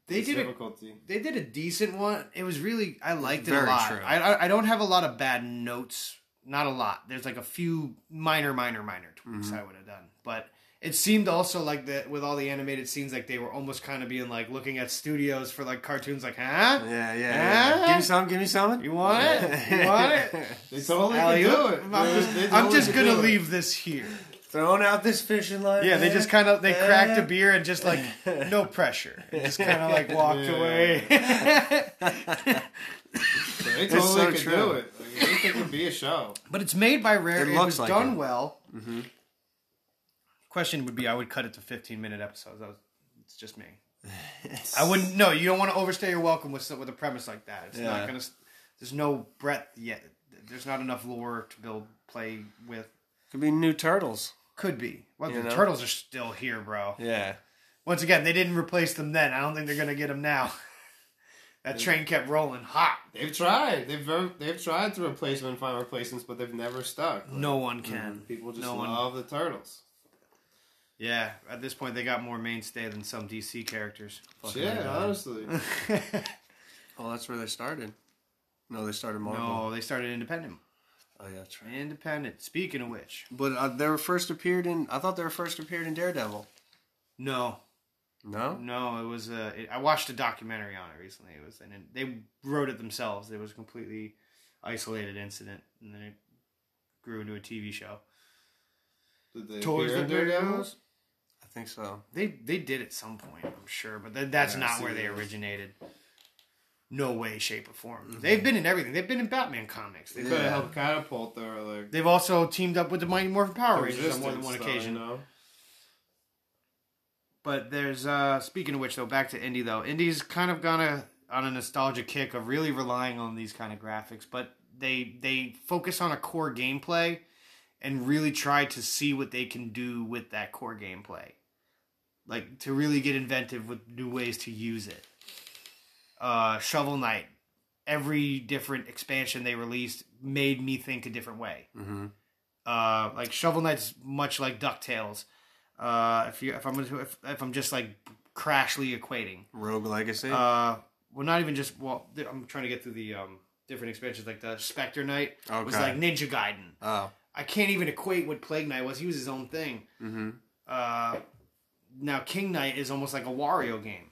A: they
C: It's
A: did a
C: difficulty.
A: they did a decent one. It was really I liked it
B: Very
A: a lot.
B: true.
A: I I- I don't have a lot of bad notes not a lot. There's like a few minor, minor, minor tweaks I would have done, but it seemed also like that with all the animated scenes, like they were almost kind of being like looking at studios for like cartoons, like, huh?
B: Yeah, yeah, yeah.
A: Huh?
B: Give me some. Give me some.
A: You want it? [LAUGHS] You want it?
C: They totally
A: Alley
C: can do
A: oop.
C: it.
A: I'm just,
C: They
A: I'm
C: totally
A: just
C: can
A: gonna
C: do it.
A: leave this here.
B: Throwing out this fishing line.
A: Yeah, they
B: man.
A: just kind of they
B: Yeah.
A: cracked a beer and just [LAUGHS] like no pressure, And just kind of like walked
C: Yeah.
A: away. [LAUGHS]
C: They
B: It's
C: totally
B: so
C: could
B: true.
C: do it. Like, anything could be a show.
A: but it's made by Rare. It,
B: It looks
A: was
B: like
A: done
B: it. Mm-hmm.
A: well. Question would be: I would cut it to 15 minute episodes. That was, it's just me.
B: [LAUGHS]
A: I wouldn't. No, you don't want to overstay your welcome with some- with a premise like that. It's
B: Yeah.
A: not gonna. s- There's no breadth yet. There's not enough lore to build play with.
B: could be new turtles.
A: Could be. Well,
B: You
A: the
B: know?
A: turtles are still here, bro.
B: Yeah.
A: Once again, they didn't replace them then. I don't think they're gonna get them now. [LAUGHS] that train kept rolling hot.
C: They've tried. They've ver- they've tried to replace them and find replacements, but they've never stuck. Like,
A: No one
B: mm-hmm.
A: can.
C: People just
A: no one-
C: love the turtles.
A: Yeah, at this point, they got more mainstay than some DC characters.
C: yeah, honestly.
B: Well, Oh, that's where they started. No, they started Marvel.
A: no, they started independent.
B: Oh yeah, that's right.
A: Independent. Speaking of which,
B: But uh, they were first appeared in. I thought they were first appeared in Daredevil.
A: no,
B: No.
A: no, it was a. It, I watched a documentary on it recently. It was and they wrote it themselves. It was a completely isolated incident, and then it grew into a TV show.
C: Did they
A: Toys
C: appear
A: that
C: in
A: they're
C: Daredevil?
A: used?
B: I think so.
A: They they did at some point, I'm sure, but th- that's
C: Yeah,
A: not
C: see,
A: where they
C: yeah.
A: originated. No way, shape, or form.
C: Mm-hmm.
A: They've been in everything. They've been in Batman comics. They
C: They could have helped catapult their like
A: They've also teamed up with the Mighty Morphin Power Rangers on
C: resistance,
A: more than one
C: though,
A: occasion.
C: You
A: [LAUGHS]
C: know?
A: But there's uh speaking of which though, back to Indy though. Indy's kind of gone a, on a nostalgia kick of really relying on these kind of graphics, but they they focus on a core gameplay and really try to see what they can do with that core gameplay. Like to really get inventive with new ways to use it. Uh Shovel Knight, every different expansion they released made me think a different way.
B: Mm-hmm.
A: Uh like Shovel Knight's much like DuckTales. Uh, if you if I'm if, if I'm just like crashly equating.
B: Rogue Legacy.
A: Uh, well, not even just well. th- I'm trying to get through the um different expansions. Like the Spectre Knight was
B: Okay.
A: like Ninja Gaiden.
B: oh.
A: I can't even equate what Plague Knight was. He was his own thing.
B: Mm-hmm.
A: Uh, now King Knight is almost like a Wario game.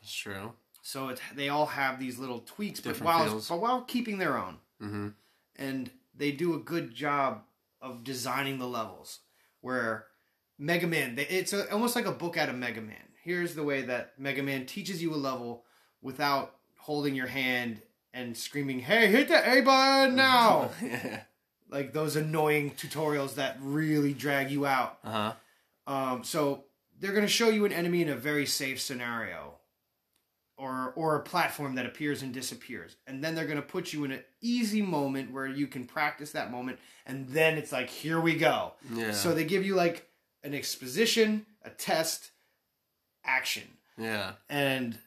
B: That's true.
A: So it's, they all have these little tweaks, but
B: Different
A: while
B: feels.
A: but while keeping their own, [LAUGHS]
B: Mm-hmm.
A: and they do a good job of designing the levels where Mega Man they- it's a, almost like a book out of Mega Man. Here's the way that Mega Man teaches you a level without holding your hand and screaming, "Hey, hit the A button now!"
B: [LAUGHS] yeah.
A: like those annoying tutorials that really drag you out.
B: Uh huh.
A: Um, so they're going to show you an enemy in a very safe scenario, or or a platform that appears and disappears, and then they're going to put you in an easy moment where you can practice that moment, and then it's like here we go.
B: Yeah.
A: So they give you like an exposition, a test, action,
B: yeah.
A: and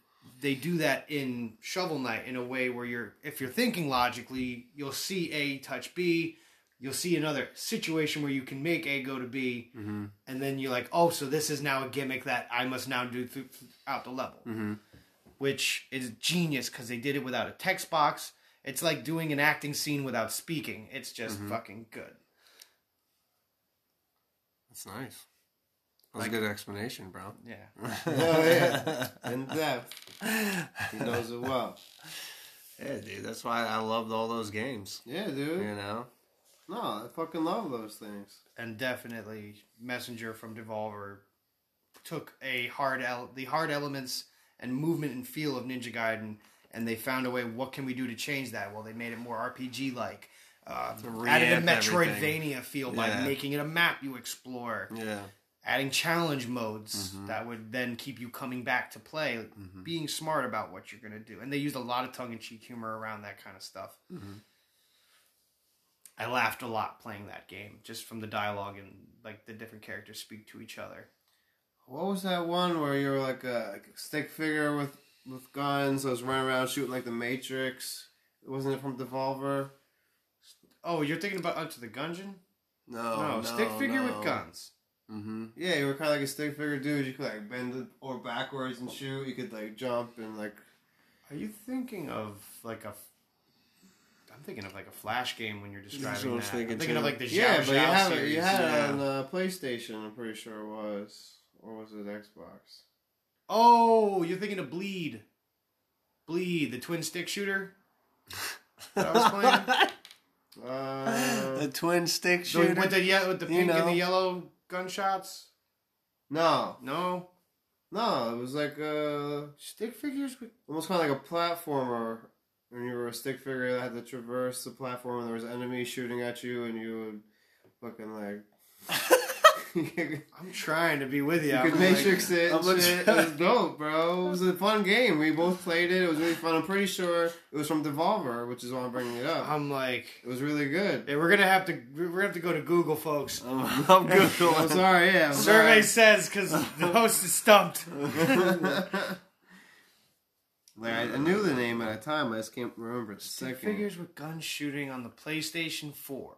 A: they do that in Shovel Knight in a way where you're if you're thinking logically, you'll see A touch B. You'll see another situation where you can make A go to B,
B: Mm-hmm.
A: and then you're like, oh, so this is now a gimmick that I must now do th- throughout the level,
B: Mm-hmm.
A: which is genius because they did it without a text box. It's like doing an acting scene without speaking. It's just
B: Mm-hmm.
A: fucking good.
B: That's nice. That was
A: Like-
B: a good explanation, bro. [LAUGHS]
A: Yeah.
C: Oh, yeah. In depth. He knows it well.
B: [LAUGHS] Yeah, dude. That's why I loved all those games.
C: Yeah, dude.
B: You know.
C: No, I fucking love those things.
A: And definitely, Messenger from Devolver took a hard el- the hard elements and movement and feel of Ninja Gaiden, and they found a way. What can we do to change that? Well, they made it more RPG like. Uh, added a
B: re-amp
A: Metroidvania
B: everything.
A: feel
B: Yeah.
A: by making it a map you explore.
B: Yeah.
A: adding challenge modes that would then keep you coming back to play, being smart about what you're going to do. And they used a lot of tongue in cheek humor around that kind of stuff. I laughed a lot playing that game just from the dialogue and like the different characters speak to each other.
C: What was that one where you were like a stick figure with with guns? I was running around shooting like the Matrix. Wasn't it from Devolver?
A: Oh, you're thinking about Unto the Gungeon?
B: No.
A: no, stick figure
B: Oh, no.
A: with guns.
B: Mm-hmm.
C: Yeah, you were kind of like a stick figure dude. You could like bend it or backwards and shoot. You could like jump and like
A: Are you thinking of like a? I'm thinking of like a Flash game when you're describing
B: what I was
A: that.
B: thinking
A: I'm thinking of
B: too.
A: like the Zhao
C: yeah, but you
A: Zhao
C: had it.
A: series.
C: You had
B: yeah.
C: it on uh, PlayStation. I'm pretty sure it was, or was it Xbox?
A: Oh, you're thinking of Bleed. Bleed, the twin stick shooter. That I was playing.
C: Uh,
B: [LAUGHS] the twin stick
C: [LAUGHS]
A: So
B: shooter.
A: with the yeah, with the
B: You
A: pink and
B: know.
A: the yellow gunshots.
C: no,
A: No,
C: no, it was like uh,
A: stick figures. With...
C: almost kind of like a platformer. When you were a stick figure that had to traverse the platform, and there was enemies shooting at you, and you would fucking like [LAUGHS] you could
A: I'm trying to be with you. I'm
C: matrix it.
B: I'm
C: and
B: looking-
A: [LAUGHS]
C: shit. It was dope, bro. It was a fun game. We both played it. It was really fun. I'm pretty sure it was from Devolver, which is why I'm bringing it
A: Like,
C: up.
A: I'm like,
C: It was really
A: [LAUGHS]
C: good.
A: yeah, we're gonna have to. We're gonna have to go to Google, folks.
C: Oh,
B: I'm, [LAUGHS] I'm
C: [LAUGHS] I'm
B: Googling.
C: sorry, yeah. I'm
A: Survey
C: sorry.
A: says
C: [LAUGHS]
A: because the host is stumped. [LAUGHS]
C: Like I, I knew the name at a time, I just can't remember the
A: Stick
C: [LAUGHS] second.
A: figures with gun shooting on the PlayStation 4.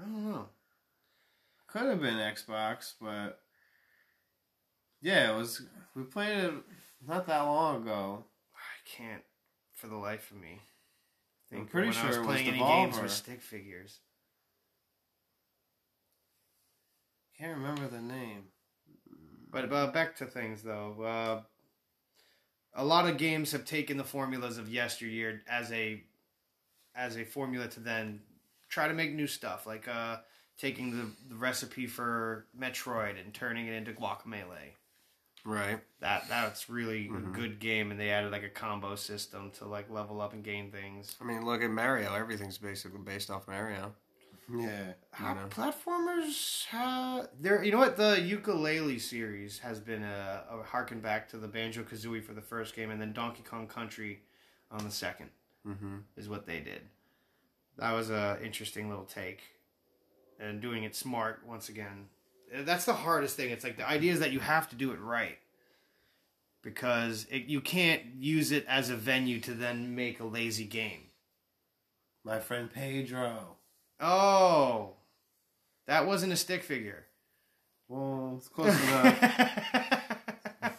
A: I don't know.
C: Could have been Xbox, but yeah, it was. We played it not that long ago.
A: I can't, for the life of me.
C: I'm
A: think of
C: pretty
A: when I was
C: sure it was
A: playing any games
C: Devolver.
A: with stick figures.
C: Can't remember the name.
A: But uh, back to things though. Uh, a lot of games have taken the formulas of yesteryear as a as a formula to then try to make new stuff, like uh, taking the, the recipe for Metroid and turning it into Guacamelee.
B: Right.
A: That that's really a good game, and they added like a combo system to like level up and gain things.
B: I mean, look at Mario. Everything's basically based off Mario.
C: Yeah,
A: How
B: know.
A: platformers have there? You know what? The ukulele series has been a, a harken back to the Banjo Kazooie for the first game, and then Donkey Kong Country on the second
B: Mm-hmm.
A: is what they did. That was a interesting little take, and doing it smart once again. Uh, That's the hardest thing. It's like the idea is that you have to do it right because it, you can't use it as a venue to then make a lazy game.
C: my friend Pedro.
A: Oh, that wasn't a stick figure.
C: Well,
A: [LAUGHS]
C: it's close enough.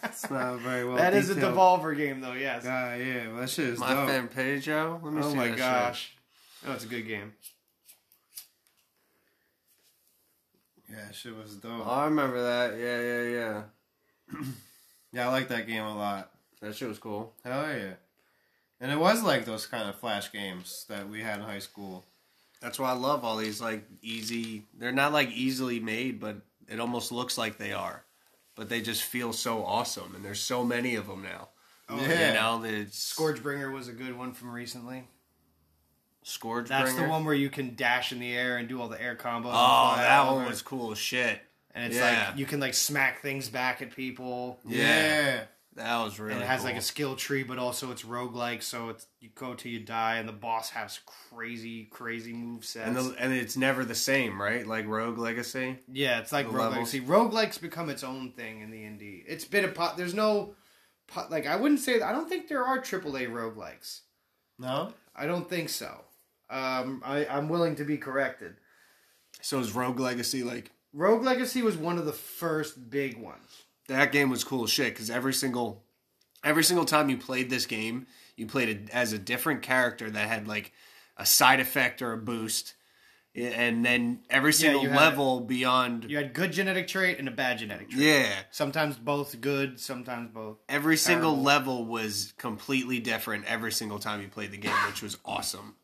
C: It's not very well.
A: that is a
C: detailed.
A: devolver game, though. Yes.
C: God, yeah, well, that shit is
B: My
C: dope.
B: friend Pedro. Let me
A: oh
B: see
A: my
B: that shit.
A: gosh. Oh, it's a good game.
C: Yeah, that shit was dope.
B: Oh, I remember that. Yeah, yeah, yeah.
C: Yeah, I like that game a lot.
B: That shit was cool.
C: Hell yeah. And it was like those kind of flash games that we had in high school.
B: That's why I love all these like easy. They're not like easily made, but it almost looks like they are. But they just feel so awesome, and there's so many of them now.
A: Oh,
C: yeah.
B: You know, the Scourge.
A: Scourgebringer was a good one from recently.
B: Scourge
A: That's
B: Bringer.
A: the one where you can dash in the air and do all the air combos. and
B: Oh,
A: fly
B: that
A: over.
B: one was cool as shit.
A: And it's
B: yeah.
A: like you can like smack things back at people.
B: Yeah. That was really.
A: and it has like
B: cool.
A: a skill tree, but also it's roguelike, so it's you go till you die, and the boss has crazy, crazy move sets.
B: and the, and it's never the same, right? Like Rogue Legacy.
A: Yeah, it's like
B: The
A: roguelike.
B: levels.
A: See, roguelike's become its own thing in the indie. It's been a pot. There's no pot. Like I wouldn't say. I don't think there are AAA roguelikes.
C: No?
A: I don't think so. Um, I, I'm willing to be corrected.
B: So is Rogue Legacy like
A: Rogue Legacy was one of the first big ones.
B: that game was cool as shit because every single every single time you played this game you played it as a different character that had like a side effect or a boost I- and then every single
A: you had-
B: level beyond
A: You had good genetic trait and a bad genetic trait.
B: yeah
A: Sometimes both good, sometimes both.
B: every single
A: Terrible.
B: level was completely different every single time you played the game which was awesome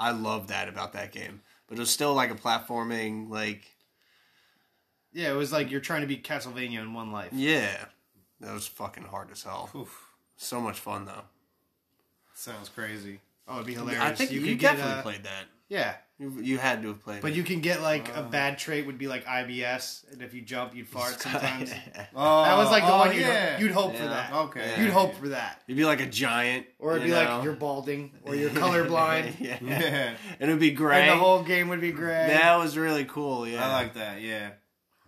B: i love that about that game but it was still like a platforming like
A: Yeah, it was like you're trying to beat Castlevania in one life.
B: yeah that was fucking hard as hell
C: Oof.
B: so much fun though
C: Sounds crazy.
A: Oh, it'd be hilarious.
B: i think you,
A: could get,
B: definitely
A: uh,
B: played that
A: Yeah,
B: you, you [LAUGHS] had to have played
A: But you can get like
B: Uh.
A: a bad trait would be like IBS, and if you jump, you'd
B: [LAUGHS]
A: fart sometimes.
C: Oh,
A: That was like the
C: oh,
A: one you'd, you'd hope for
B: Yeah.
A: that.
C: Okay.
A: You'd
C: [LAUGHS]
A: hope for that,
B: It'd be like a giant,
A: or it'd
B: you
A: be
B: know?
A: like
B: [LAUGHS]
A: you're balding or you're colorblind,
B: yeah.
C: Yeah.
B: And it'd be
A: and
B: gray.
A: the whole game would be gray.
B: that was really cool. Yeah,
C: I like that, yeah.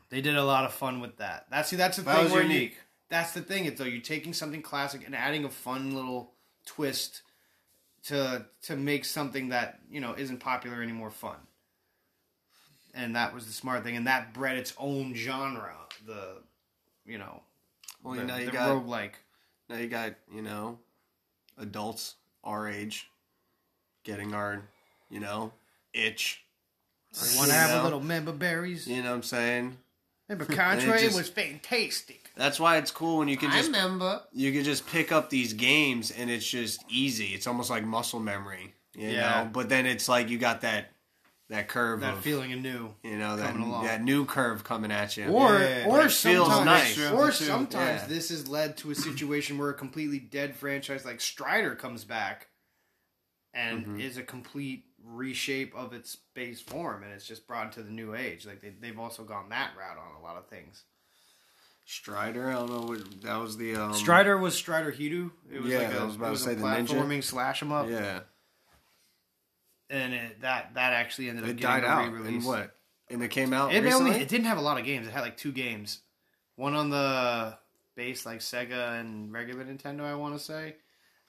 A: They did a lot of fun with that. That's see, that's the
C: That
A: thing.
C: was
A: where you-
C: unique.
A: that's the thing. It's though you're taking something classic and adding a fun little twist to to make something that you know isn't popular anymore fun. And that was the smart thing, and that bred its own genre. The you know
B: Well,
A: the,
B: now you
A: the
B: got
A: roguelike.
B: now you got you know adults our age getting our, you know, itch.
A: They want to have a little member berries.
B: You know what I'm saying? [LAUGHS]
A: Member Contre
B: just-
A: was fantastic.
B: That's why it's cool when you can just
A: member.
B: you can just pick up these games and it's just easy. It's almost like muscle memory, you
A: Yeah.
B: know. But then it's like you got that that curve
A: That
B: of
A: feeling anew.
B: you know that
A: coming along.
B: that new curve coming at you.
A: Or
C: Yeah,
A: or
B: it feels
A: sometimes
B: nice.
A: or
C: That's true.
A: sometimes
B: Yeah.
A: this has led to a situation where a completely dead franchise like Strider comes back and
B: Mm-hmm.
A: is a complete reshape of its base form and it's just brought into the new age. Like they they've also gone that route on a lot of things.
B: Strider, I don't know what that was the um,
A: Strider was Strider Hidu. It was
B: Yeah,
A: like a,
B: I was about
A: it
B: to
A: was
B: say
A: a
B: the ninja.
A: platforming slash 'em uh, up.
B: Yeah,
A: And it, that that actually ended up
B: it
A: getting
B: died out
A: re
B: and what? And it came out
A: It
B: recently.
A: only it didn't have a lot of games. It had like two games, one on the base like Sega and regular Nintendo, I want to say,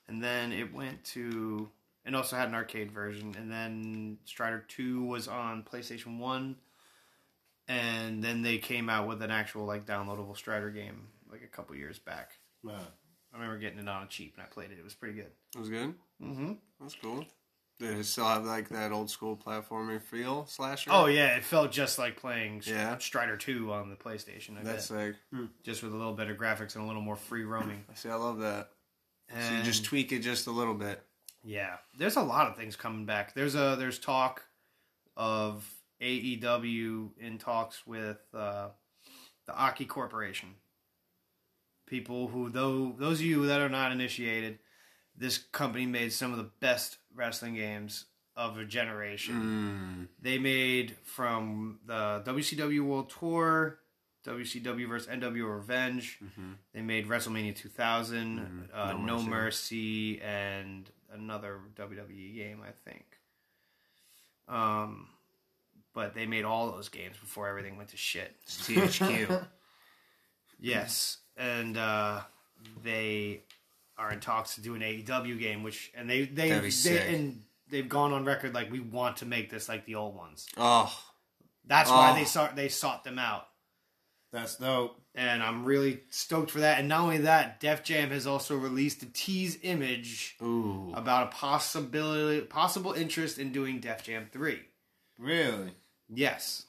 A: and then it went to and also had an arcade version. And then Strider Two was on PlayStation One, and then they came out with an actual like downloadable Strider game like a couple years back.
C: Wow.
A: I remember getting it on cheap and I played it. It was pretty good.
B: It was good.
A: Mm-hmm.
B: That's cool. Did it still have like that old school platforming feel slasher?
A: Oh yeah, it felt just like playing
B: Yeah.
A: Strider Two on the PlayStation. I
B: that's
A: bet.
B: sick.
A: just with a little better graphics and a little more free roaming.
B: See, I love that. So you
A: And-
B: just tweak it just a little bit.
A: Yeah, there's a lot of things coming back. There's a there's talk of AEW in talks with uh, the Aki Corporation. People who though those of you that are not initiated, this company made some of the best wrestling games of a generation.
B: Mm.
A: They made from the WCW World Tour, WCW versus NW Revenge. They made WrestleMania 2000,
B: Mhm.
A: uh,
B: No
A: No,
B: Mercy.
A: Mercy. and another WWE game, I think. Um, but they made all those games before everything went to shit.
B: It's THQ.
A: Yes, and uh, they are in talks to do an AEW game, which and they they,
B: That'd be sick.
A: they and they've gone on record like we want to make this like the old ones.
B: [LAUGHS] oh,
A: That's why
B: Oh.
A: they sought they sought them out,
C: That's dope.
A: and I'm really stoked for that. And not only that, Def Jam has also released a tease image
B: ooh,
A: about a possibility possible interest in doing Def Jam three.
C: Really?
A: Yes,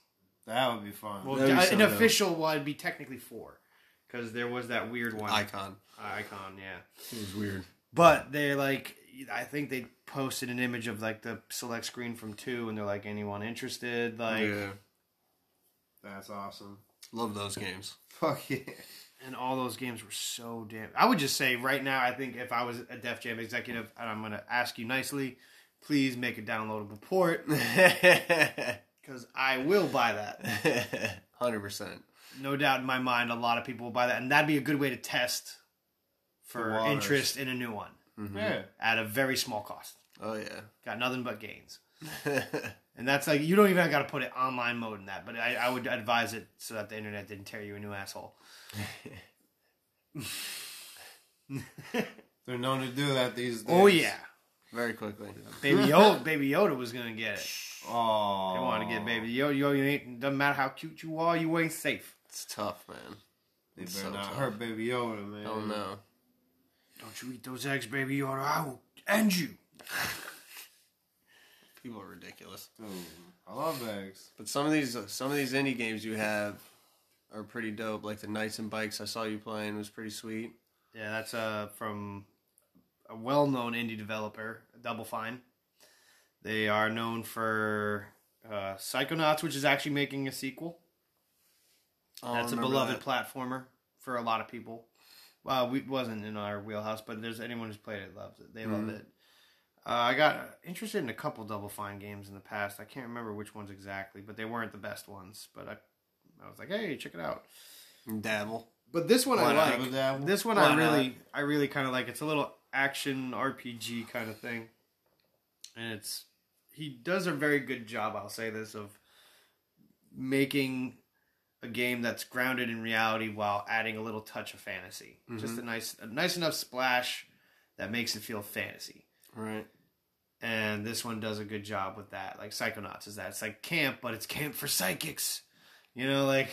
C: That would be fun.
A: well,
B: That'd be
A: uh,
B: so
A: an
B: dope.
A: official one would be technically four, because there was that weird one
B: icon.
A: icon, yeah.
B: It was weird.
A: But they're like, I think they posted an image of like the select screen from two, and they're like, anyone interested? Like,
B: yeah,
C: That's awesome.
B: love
A: [LAUGHS]
B: those games.
C: Fuck yeah.
B: Mm-hmm.
A: and all those games were so damn. I would just say right now, I think if I was a Def Jam executive, and I'm gonna ask you nicely, please make a downloadable port [LAUGHS] because I will buy that.
B: Hundred percent.
A: No doubt in my mind, a lot of people will buy that, and that'd be a good way to test for
C: The waters.
A: interest in a new one
C: Yeah.
A: at a very small cost.
B: Mm-hmm. Oh yeah.
A: Got nothing but gains. [LAUGHS] And that's like you don't even got to put it online mode in that, but I, I would advise it so that the internet didn't tear you a new
C: [LAUGHS]
A: asshole.
C: They're known to do that these days.
A: Oh yeah,
B: Very quickly.
A: Baby Yoda, Baby Yoda was gonna get it.
C: Oh.
A: They wanted to get Baby Yoda. Yo, you ain't doesn't matter how cute you are, you ain't safe.
B: It's tough, man.
C: They better
B: So
C: not
B: tough.
C: hurt Baby Yoda, man.
B: Oh no.
A: Don't you eat those eggs, Baby Yoda? I will end you.
B: People are ridiculous.
C: Dude, I love eggs.
B: But some of these uh, some of these indie games you have are pretty dope. Like the Knights and Bikes I saw you playing was pretty sweet.
A: Yeah, that's uh from a well-known indie developer, Double Fine. They are known for uh, Psychonauts, which is actually making a sequel.
B: Oh, I
A: That's a
B: remember
A: beloved
B: that.
A: platformer for a lot of people. Well, we wasn't in our wheelhouse, but there's anyone who's played it loves it. They love
B: Mhm.
A: it. Uh, I got interested in a couple Double Fine games in the past. I can't remember which ones exactly, but they weren't the best ones. But I, I was like, hey, check it out.
B: Dabble.
A: But uh, this one
B: Why
A: I
B: not?
A: like.
C: Dabble dabble.
A: This one
B: Why
A: I
B: not?
A: really, I really kind of like. It's a little action RPG kind of thing, and it's he does a very good job. I'll say this of making a game that's grounded in reality while adding a little touch of fantasy.
B: Mm-hmm.
A: Just a nice, a nice enough splash that makes it feel fantasy. [LAUGHS]
B: Right. [LAUGHS]
A: And this one does a good job with that. Like Psychonauts is that it's like camp, but it's camp for psychics. You know, like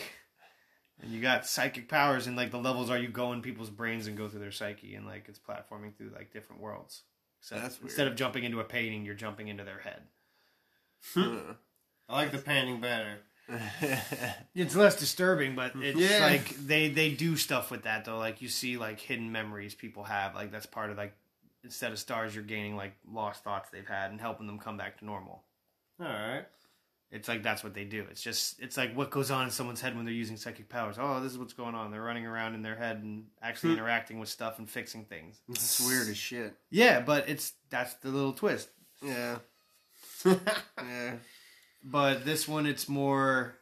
A: and you got psychic powers and like the levels are you go in people's brains and go through their psyche and like it's platforming through like different worlds. Except
B: That's weird.
A: instead of jumping into a painting, you're jumping into their head.
C: I like the painting better.
A: It's less disturbing,
B: [LAUGHS]
A: but it's
C: Yeah.
A: like they they do stuff with that though. Like you see like hidden memories people have. Like that's part of like instead of stars, you're gaining like lost thoughts they've had and helping them come back to normal.
C: All right.
A: It's like that's what they do. It's just it's like what goes on in someone's head when they're using psychic powers. Oh, this is what's going on. They're running around in their head and actually interacting with stuff and fixing things.
B: It's weird as shit.
A: Yeah, but it's that's the little twist.
B: Yeah. [LAUGHS] yeah.
A: but this one it's more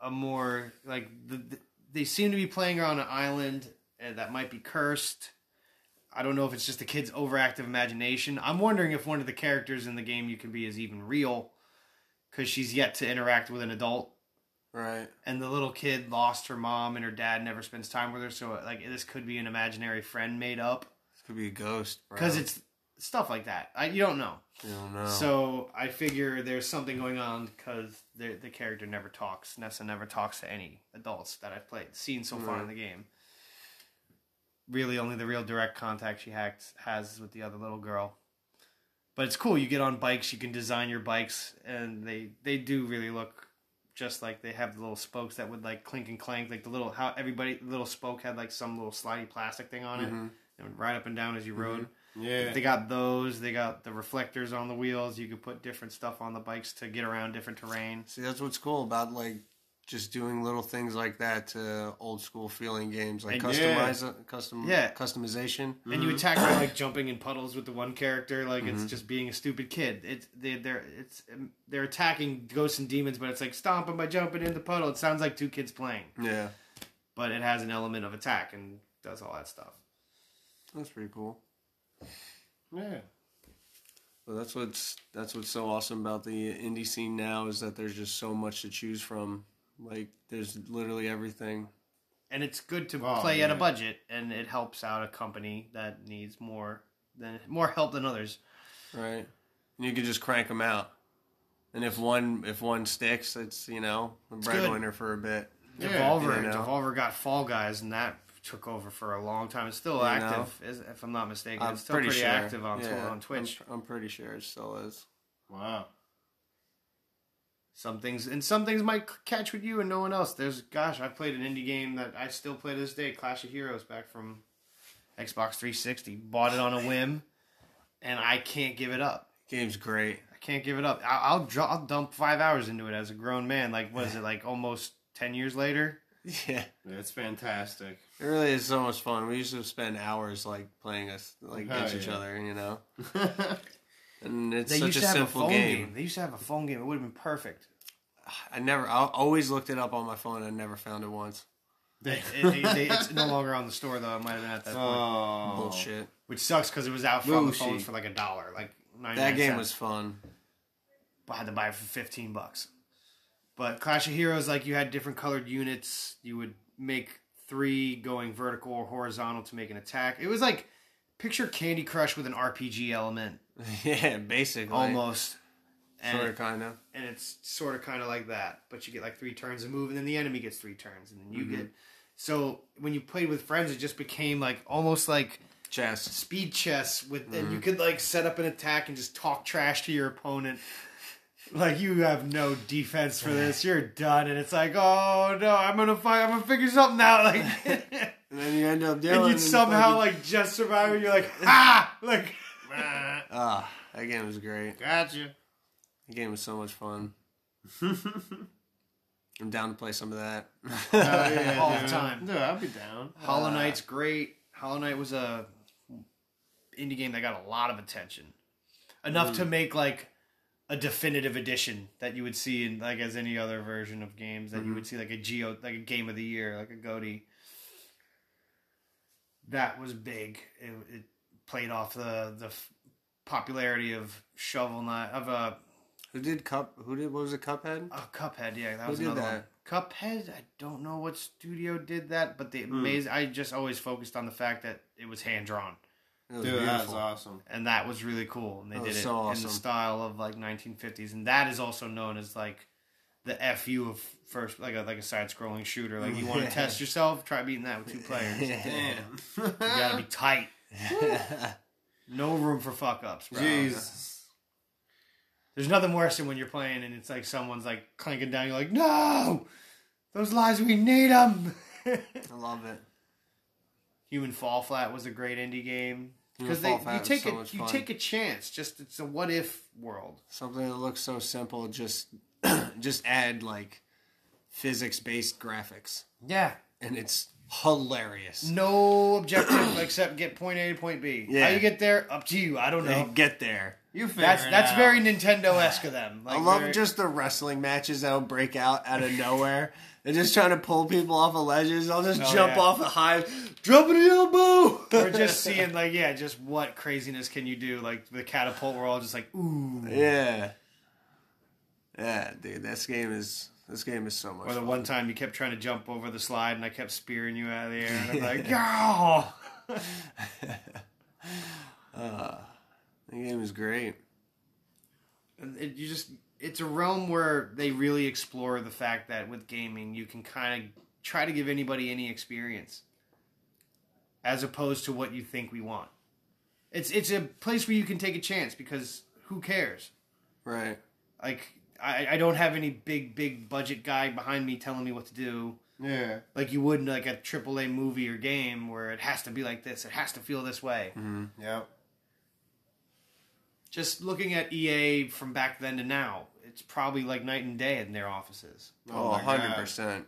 A: a more like the, the, they seem to be playing on an island and that might be cursed i don't know if it's just the kid's overactive imagination i'm wondering if one of the characters in the game you can be is even real because she's yet to interact with an adult
B: Right.
A: and the little kid lost her mom and her dad never spends time with her so like this could be an imaginary friend made up
B: This could be a ghost, bro.
A: because it's stuff like that I, you don't know
B: I don't know.
A: so I figure there's something going on because the the character never talks. Nessa never talks to any adults that I've played seen so far in the game. Really, only the real direct contact she hacks, has is with the other little girl. But it's cool. You get on bikes. You can design your bikes, and they they do really look just like they have the little spokes that would like clink and clank, like the little how everybody the little spoke had like some little slidey plastic thing on it. It would ride up and down as you rode.
C: Yeah.
A: They got those. They got the reflectors on the wheels. You could put different stuff on the bikes to get around different terrain.
B: See, that's what's cool about like just doing little things like that to old school feeling games, like
A: And-
B: customize, custom,
A: Yeah.
B: customization.
A: And you attack by like jumping in puddles with the one character, like
C: Mm-hmm.
A: it's just being a stupid kid. It's they, they're it's um, they're attacking ghosts and demons, but it's like stomping by jumping in the puddle. It sounds like two kids playing,
B: Yeah,
A: but it has an element of attack and does all that stuff.
B: that's pretty cool.
C: yeah.
B: Well, that's what's that's what's so awesome about the indie scene now is that there's just so much to choose from. Like, there's literally everything.
A: And it's good to
C: Oh,
A: play at a
C: yeah.
A: budget, and it helps out a company that needs more than more help than others.
B: Right. And you can just crank them out. And if one if one sticks, it's you know a breadwinner for a bit.
C: Yeah,
A: Devolver,
B: you know.
A: Devolver got Fall Guys, and that took over for a long time. It's still
B: You
A: active, is, if I'm not mistaken.
B: I'm
A: it's still pretty,
B: sure.
A: active on
B: Yeah,
A: on Twitch.
B: I'm, I'm pretty sure it still is.
C: Wow.
A: Some things and some things might c- catch with you and no one else. There's gosh, I played an indie game that I still play to this day, Clash of Heroes, back from Xbox 360. Bought it on a whim, and I can't give it up.
B: Game's great. [LAUGHS]
A: I can't give it up. I- I'll dr- I'll dump five hours into it as a grown man. Like what is it? Like almost ten years later.
B: Yeah.
C: That's fantastic. [LAUGHS]
B: It really is so much fun. We used to spend hours like playing us like
C: Oh,
B: against each
C: yeah.
B: other, you know.
C: yeah.
B: And it's
A: They
B: such
A: used
B: a
A: to have a
B: simple
A: phone
B: game.
A: game. They used to have a phone game. It would have been perfect.
B: I never, I always looked it up on my phone. I never found it once.
A: It- it- it- it's no longer on the store though. It might have been at that
B: Uh,
A: point,
C: Oh.
B: Bullshit.
A: which sucks because it was out from the
C: Lucy.
A: phones for like a dollar. Like
B: That
A: 99
B: game was
A: cents.
B: fun. [LAUGHS]
A: I had to buy it for fifteen bucks. But Clash of Heroes, like you had different colored units. You would make three going vertical or horizontal to make an attack. It was like picture Candy Crush with an RPG element
B: yeah, basically.
A: almost. And,
B: Sort of, kind of.
A: and it's sort of kind of like that. But you get like three turns of move, and then the enemy gets three turns, and then you
B: Mm-hmm.
A: get. So when you played with friends, it just became like almost like
B: Chess.
A: speed chess with and you could like set up an attack and just talk trash to your opponent like you have no defense for this you're done and it's like oh no i'm gonna fight i'm gonna figure something out like [LAUGHS]
B: And then you end up doing.
A: and you'd somehow like just survive and you're like ah like
B: Ah, that game was great.
C: Gotcha.
B: That game was so much fun.
C: [LAUGHS]
B: I'm down to play some of [LAUGHS] that.
C: Oh, yeah,
A: [LAUGHS] All the
C: dude.
A: time.
C: Dude, I'll be down.
A: hollow knight's great hollow knight was a indie game that got a lot of attention enough to make like a definitive edition that you would see in like as any other version of games that you would see like a geo like a game of the year like a goatee that was big it, it played off the the f- popularity of shovel knight of uh, a
B: [LAUGHS] who did Cup? Who did? What was it? Cuphead.
A: Oh, Cuphead, yeah, that
B: Who
A: was
B: did
A: another
B: that?
A: one. Cuphead, I don't know what studio did that, but the
B: Hmm.
A: amazing. I just always focused on the fact that it was hand drawn,
B: It was
C: Dude,
B: beautiful.
C: that
A: [LAUGHS]
C: is awesome.
A: and that was really cool. And they
B: That
A: did
B: was
A: it
B: so
A: in
B: awesome.
A: the style of like 1950s, and that is also known as like the fu of first, like a like a side scrolling shooter. Like you want
B: [LAUGHS]
A: to test
C: [LAUGHS]
A: yourself, try beating that with two players. you
B: Yeah.
A: gotta be tight. No room for fuck ups, bro.
C: Jeez.
A: There's nothing worse than when you're playing and it's like someone's like clanking down. You're like, no, those lies we need them.
B: [LAUGHS] I love it.
A: Human Fall Flat was a great indie game
B: Human
A: because
B: Fall
A: you
B: Flat was
A: take
B: so
A: a
B: much
A: you
B: fun.
A: take a chance. Just it's a what if world.
B: Something that looks so simple, just [CLEARS THROAT] just add like physics based graphics,
A: Yeah.
B: and it's hilarious.
A: No objective [COUGHS] except get point A to point B.
B: Yeah.
A: How you get there, up to you. I don't
B: They
A: know.
B: Get there.
C: You figure
A: That's
C: it
A: that's
C: out.
A: very Nintendo esque of them. Like,
B: [LAUGHS] I love
A: they're-
B: just the wrestling matches that will break out out of nowhere. [LAUGHS] They're just trying to pull people off of ledges. I'll just
A: Oh,
B: jump
A: yeah.
B: off a high, drop an elbow.
A: we're just seeing like yeah, just what craziness can you do? Like the catapult, we're all just like ooh.
B: [LAUGHS] yeah, yeah, dude. This game is this game is so much.
A: Or the
B: fun.
A: one time you kept trying to jump over the slide and I kept spearing you out of the air and I'm
B: [LAUGHS]
A: like, yeah.
B: The game is great.
A: And it, you just it's a realm where they really explore the fact that with gaming you can kind of try to give anybody any experience as opposed to what you think we want it's it's a place where you can take a chance because who cares
B: Right.
A: like i i don't have any big big budget guy behind me telling me what to do
C: Yeah.
A: like you would in like a AAA movie or game where it has to be like this it has to feel this way
C: Yep.
A: just looking at ea from back then to now it's probably like night and day in their offices
B: Oh,
C: my God.
B: 100%.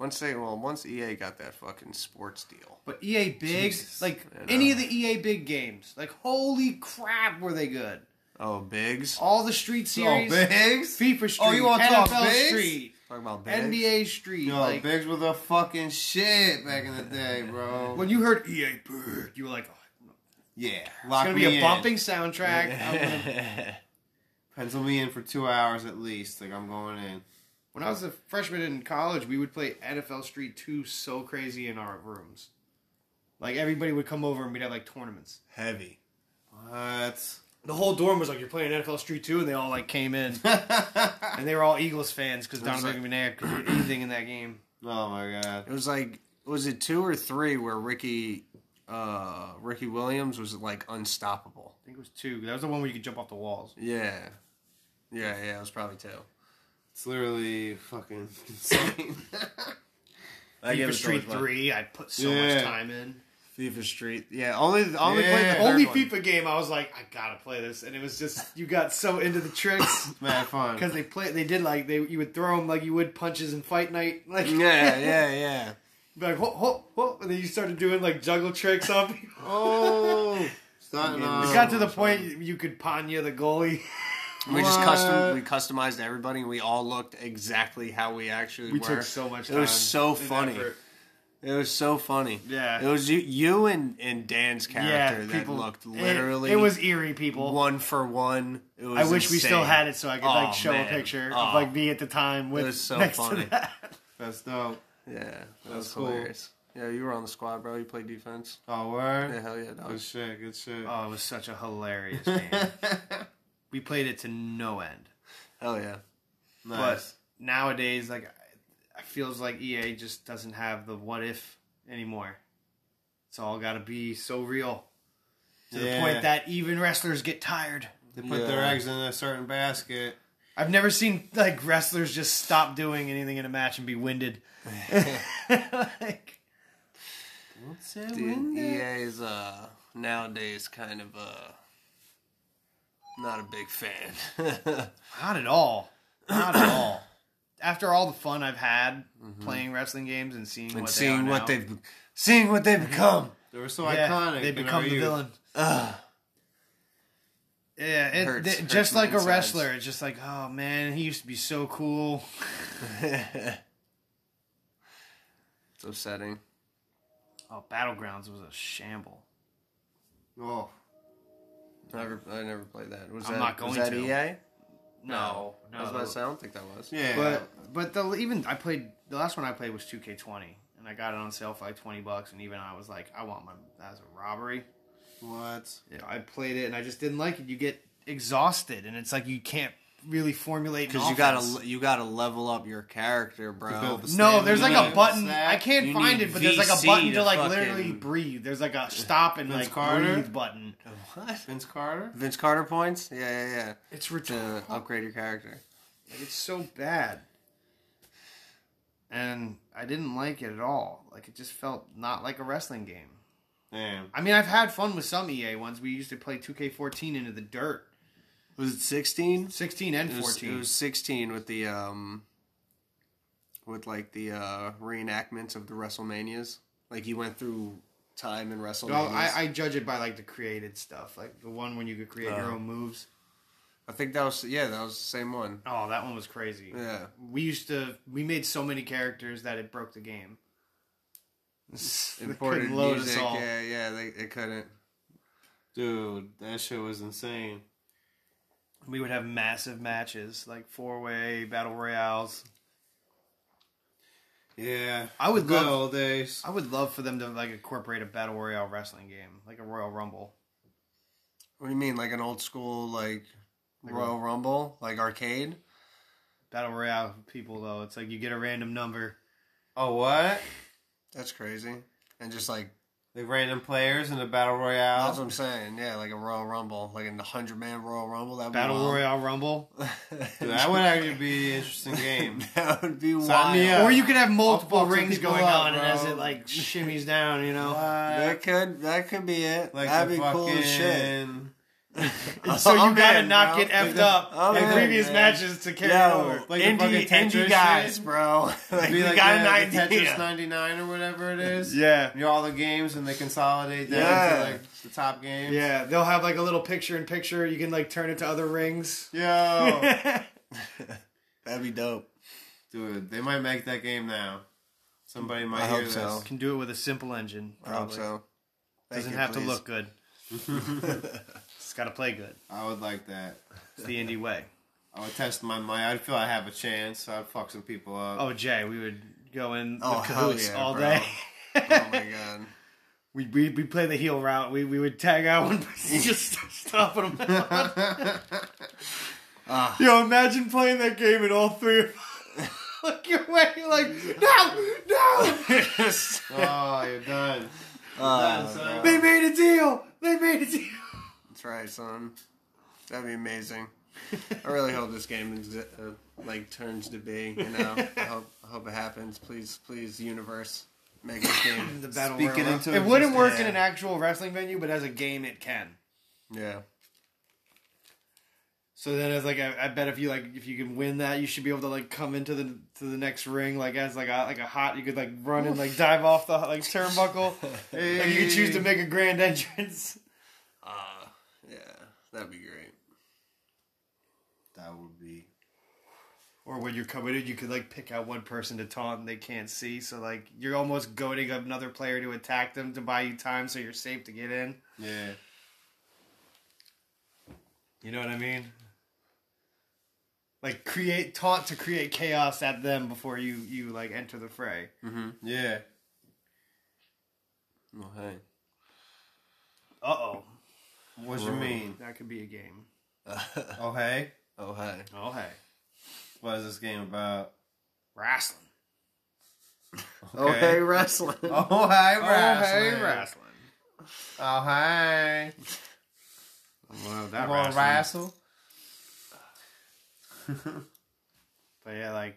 B: Once they, well, once EA got that fucking sports deal.
A: But EA Big,
C: Jesus.
A: like
B: I know.
A: any of the EA Big games, like holy crap, were they good?
B: Oh, Bigs.
A: All the Street
C: Oh,
A: series,
C: Biggs.
A: FIFA Street,
C: Oh, you wanna
A: NFL
C: talk Bigs?
A: Street,
B: Talk about Bigs. [LAUGHS]
A: NBA Street.
C: Yo,
A: like
C: Biggs was a fucking shit back in the day,
A: [LAUGHS]
C: bro.
A: when you heard EA Big, you were like, oh,
C: yeah.
A: it's
C: Lock
A: gonna
C: me
A: be a
C: in.
A: bumping soundtrack. I'm gonna-
C: Pencil me in for two hours at least. Like I'm going in.
A: [LAUGHS] When I was a freshman in college, we would play NFL Street Two so crazy in our rooms. Like everybody would come over and we'd have like tournaments.
B: Heavy.
C: What? [LAUGHS]
A: The whole dorm was like, "You're playing NFL Street 2," and they all like came
C: [LAUGHS]
A: in,
C: Oh
A: and they were all Eagles fans because Donovan McNabb could do anything in that game.
C: Oh my god.
B: It was like, was it two or three where Ricky, uh, Ricky Williams was like unstoppable?
A: I think it was two. That was the one where you could jump off the walls.
B: Yeah. Yeah, yeah, it was probably two.
C: It's literally fucking [LAUGHS] insane.
B: That
A: FIFA
B: was so
A: Street
B: much fun.
A: Three, I put so
C: Yeah.
A: much time in.
B: FIFA Street. Yeah, only, only
C: Yeah.
B: played the third
A: Only
B: one.
A: FIFA game, I was like, I gotta play this, and it was just you got so into the tricks [LAUGHS]
C: Mad fun.
A: because they play. They did like they you would throw them like you would punches in Fight Night, [LAUGHS] like
B: Yeah, [LAUGHS] yeah,
A: [LAUGHS]
B: yeah.
A: be like whoop whoop whoop, and then you started doing like juggle tricks on
C: [LAUGHS]
A: people.
C: Oh, starting off.
A: It got to the point you could Panya the goalie.
B: We just custom
C: What?
B: we customized everybody. and We all looked exactly how we actually
A: We
B: were.
A: took so much.
B: It was
A: time
B: so
A: and
B: funny.
A: effort.
B: It was so funny.
A: Yeah.
B: It was you, you and, and Dan's character that looked literally
A: It, it was eerie, people.
B: one for one. It was
A: I wish we still
B: insane.
A: had it so I could
B: Oh,
A: like show
B: man.
A: a picture
B: Oh.
A: of like me at the time with
B: was so
A: next
B: funny.
A: to that.
C: That's dope.
B: Yeah, that was
C: was cool.
B: hilarious. Yeah, you were on the squad, bro. You played defense.
C: Oh, word.
B: Yeah, hell yeah, dog.
C: Good shit. Good
A: [LAUGHS]
C: shit.
A: Oh, it was such a [LAUGHS] hilarious game. we played it to no end.
B: Hell Oh, yeah.
C: nice.
A: But nowadays, like, I- it feels like EA just doesn't have the what if anymore. It's all got to be so real to the
C: Yeah.
A: point that even wrestlers get tired.
C: they put their
B: Yeah.
C: eggs in a certain basket.
A: I've never seen like wrestlers just stop doing anything in a match and be winded. [LAUGHS] like,
B: Dude, EA is uh, nowadays kind of uh, not a big fan. [LAUGHS]
A: Not at all. Not at all. After all the fun I've had playing wrestling games and seeing
B: and
A: what
B: seeing
A: they are
B: what
A: now, Mm-hmm.
B: they've seeing what they've become.
C: They were so
A: yeah,
C: iconic.
A: they
C: in our
A: become the
C: youth.
A: villain.
B: Ugh.
A: Yeah, it,
B: Hurts-
A: th-
B: hurts
A: just
B: my
A: like a
B: insides.
A: wrestler, it's just like, oh man, he used to be so cool.
B: it's upsetting.
A: Oh, battlegrounds was a shamble.
C: Oh,
B: Never, I never played that. Was
A: I'm
B: that,
A: not
B: was
A: going
B: that E
A: to.
B: EA?
A: No, no.
B: I was about to say, I don't think that was.
C: yeah.
A: But but the even I played the last one I played was 2K20, and I got it on sale for like 20 bucks, and even I was like, I want my that was a robbery.
C: what?
A: you know, I played it and I just didn't like it. You get exhausted, and it's like you can't really formulate an
B: because you
A: offense.
B: gotta you gotta level up your character, bro.
C: To
A: [LAUGHS]
C: build the
A: No,
C: stamina.
A: there's like a
C: What's
A: button.
C: that?
A: I can't
B: You
A: find
B: need
A: it, but there's like a
B: VC
A: button to
B: to
A: like
B: fucking-
A: literally breathe. There's like a stop and
C: Vince
A: like
C: Carter?
A: breathe button.
B: What?
C: Vince Carter.
B: Vince Carter points? Yeah, yeah, yeah.
A: It's retarded.
B: To upgrade your character.
A: Like, it's so bad. And I didn't like it at all. Like it just felt not like a wrestling game.
C: Yeah.
A: I mean, I've had fun with some EA ones. We used to play 2K14 into the dirt,
B: Was it sixteen?
A: 16 and
B: It was,
A: 14.
B: it was sixteen with the um with like the uh reenactments of the WrestleManias. Like you went through time in WrestleManias.
A: well, I, I judge it by like the created stuff, like the one when you could create your
B: Oh.
A: own moves.
B: I think that was yeah, that was the same one.
A: Oh, that one was crazy.
B: Yeah.
A: We used to we made so many characters that it broke the game. [LAUGHS] They
B: Imported
A: couldn't load us
B: music.
A: all.
B: Yeah, yeah, they, they couldn't.
C: Dude, that shit was insane.
A: We would have massive matches, like four way battle royales.
C: Yeah.
A: I would
C: Good
A: love,
C: old days.
A: I would love for them to like incorporate a battle royale wrestling game, like a Royal Rumble.
B: What do you mean, like an old school like
A: Like
B: Royal Rumble, like arcade?
A: Battle royale people though, it's like you get a random number.
C: Oh what?
B: That's crazy. And just like
C: The random players in the battle
B: That's
C: royale.
B: what I'm saying. Yeah, like a Royal Rumble, like in the hundred man Royal Rumble. That
A: Battle royale rumble,
B: [LAUGHS]
C: Dude, that would actually be an interesting game.
B: that would be wild.
C: Sign me up.
A: or you could have multiple
C: fuck some
A: rings
C: people
A: going
C: up,
A: on, and as
C: bro.
A: it like shimmies down, you
B: [LAUGHS]
A: know.
C: What?
B: That could that could be it.
C: Like
B: That'd
C: the
B: be cool as shit.
C: fucking- [LAUGHS]
A: [LAUGHS]
C: Oh,
A: so you
B: I'm
A: gotta
B: in,
A: not
B: bro.
A: get effed up
B: I'm
A: in
B: in,
A: previous
B: Oh, man.
A: matches to carry
B: Yo,
A: over.
C: Like the
B: indie,
C: fucking Tetris
B: indie
C: shit.
B: guys, bro.
A: [LAUGHS]
B: like
C: Be
B: we
C: like
B: got
C: the,
B: an
C: the Tetris
B: idea.
C: 99 or whatever it is.
A: Yeah,
C: You know, all the games and they consolidate that
B: Yeah.
C: into like the top games.
A: yeah. They'll have like a little picture in picture. You can like turn it to other rings. Oh. [LAUGHS]
B: [LAUGHS]
C: Yo.
B: That'd be dope.
C: Dude, they might make that game now. Somebody might
B: I
C: hear
B: hope
C: this.
B: so.
A: Can do it with a simple engine.
B: I hope
A: Probably.
B: so. Thank
A: Doesn't
B: you,
A: have to
B: please.
A: look [LAUGHS] good. it's got to play good.
C: I would like that.
A: It's the indie way.
C: I would test my mind. I'd feel I have a chance. I'd fuck some people up.
A: Oh, Jay, we would go in
B: Oh,
A: the
B: hell
A: cahoots
B: yeah,
A: all
B: bro.
A: day.
B: Oh
A: [LAUGHS]
B: my god.
A: We we we play the heel route. We we would tag out one person, [LAUGHS] just stopping them.
B: [LAUGHS] Ah.
A: Yo, imagine playing that game and all three of [LAUGHS] look your way like no no.
B: [LAUGHS]
C: Oh, you're done.
B: Oh,
C: son.
B: no.
A: They made a deal. They made a deal.
B: That's right, son. That'd be amazing. I really hope this game exi- uh, like turns to be. You know,
A: [LAUGHS]
B: I hope I hope it happens. Please, please, universe, make this game.
A: The battle
C: Speak it
A: royal.
C: into
A: it wouldn't work in
B: existence.
A: an actual wrestling venue, but as a game, it can.
B: yeah,
A: So then, as like, I, I bet if you like, if you can win that, you should be able to like come into the to the next ring like as like a like a hot. You could like run and like dive off the like [LAUGHS] turnbuckle. Like you could choose to make a grand entrance.
B: uh, yeah, that'd be great.
C: That would be.
A: [LAUGHS] Or when you're committed, you could like pick out one person to taunt and they can't see. So like you're almost goading another player to attack them to buy you time, so you're safe to get in.
C: Yeah.
A: You know what I mean? Like create taunt to create chaos at them before you you like enter the fray.
C: Mm-hmm. Yeah.
B: Well, hey,
A: Uh oh,
C: What you mean?
A: that could be a game.
B: [LAUGHS]
C: Oh, hey?
B: oh hey,
A: Oh hey,
C: What is this game about?
A: wrestling.
B: oh hey, wrestling.
C: [LAUGHS]
A: Oh
C: Oh, hey,
A: hey,
C: wrestling.
A: wrestling.
C: Oh, hey.
A: Well,
C: You
A: that
C: gonna
A: wrestling.
C: wrestle?
A: But yeah, like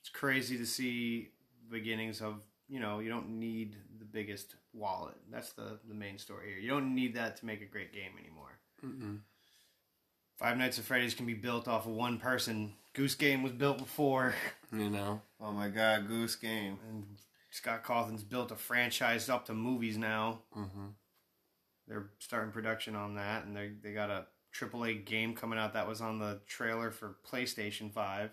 A: it's crazy to see beginnings of you know you don't need the biggest wallet. That's the the main story here. You don't need that to make a great game anymore.
B: Mm-mm.
A: Five Nights at Freddy's can be built off of one person. Goose Game was built before,
B: [LAUGHS] You know,
C: Oh, my God. Goose game.
A: and Scott Cawthon's built a franchise up to movies now.
B: mm-hmm.
A: They're starting production on that, and they they got a AAA game coming out that was on the trailer for PlayStation Five.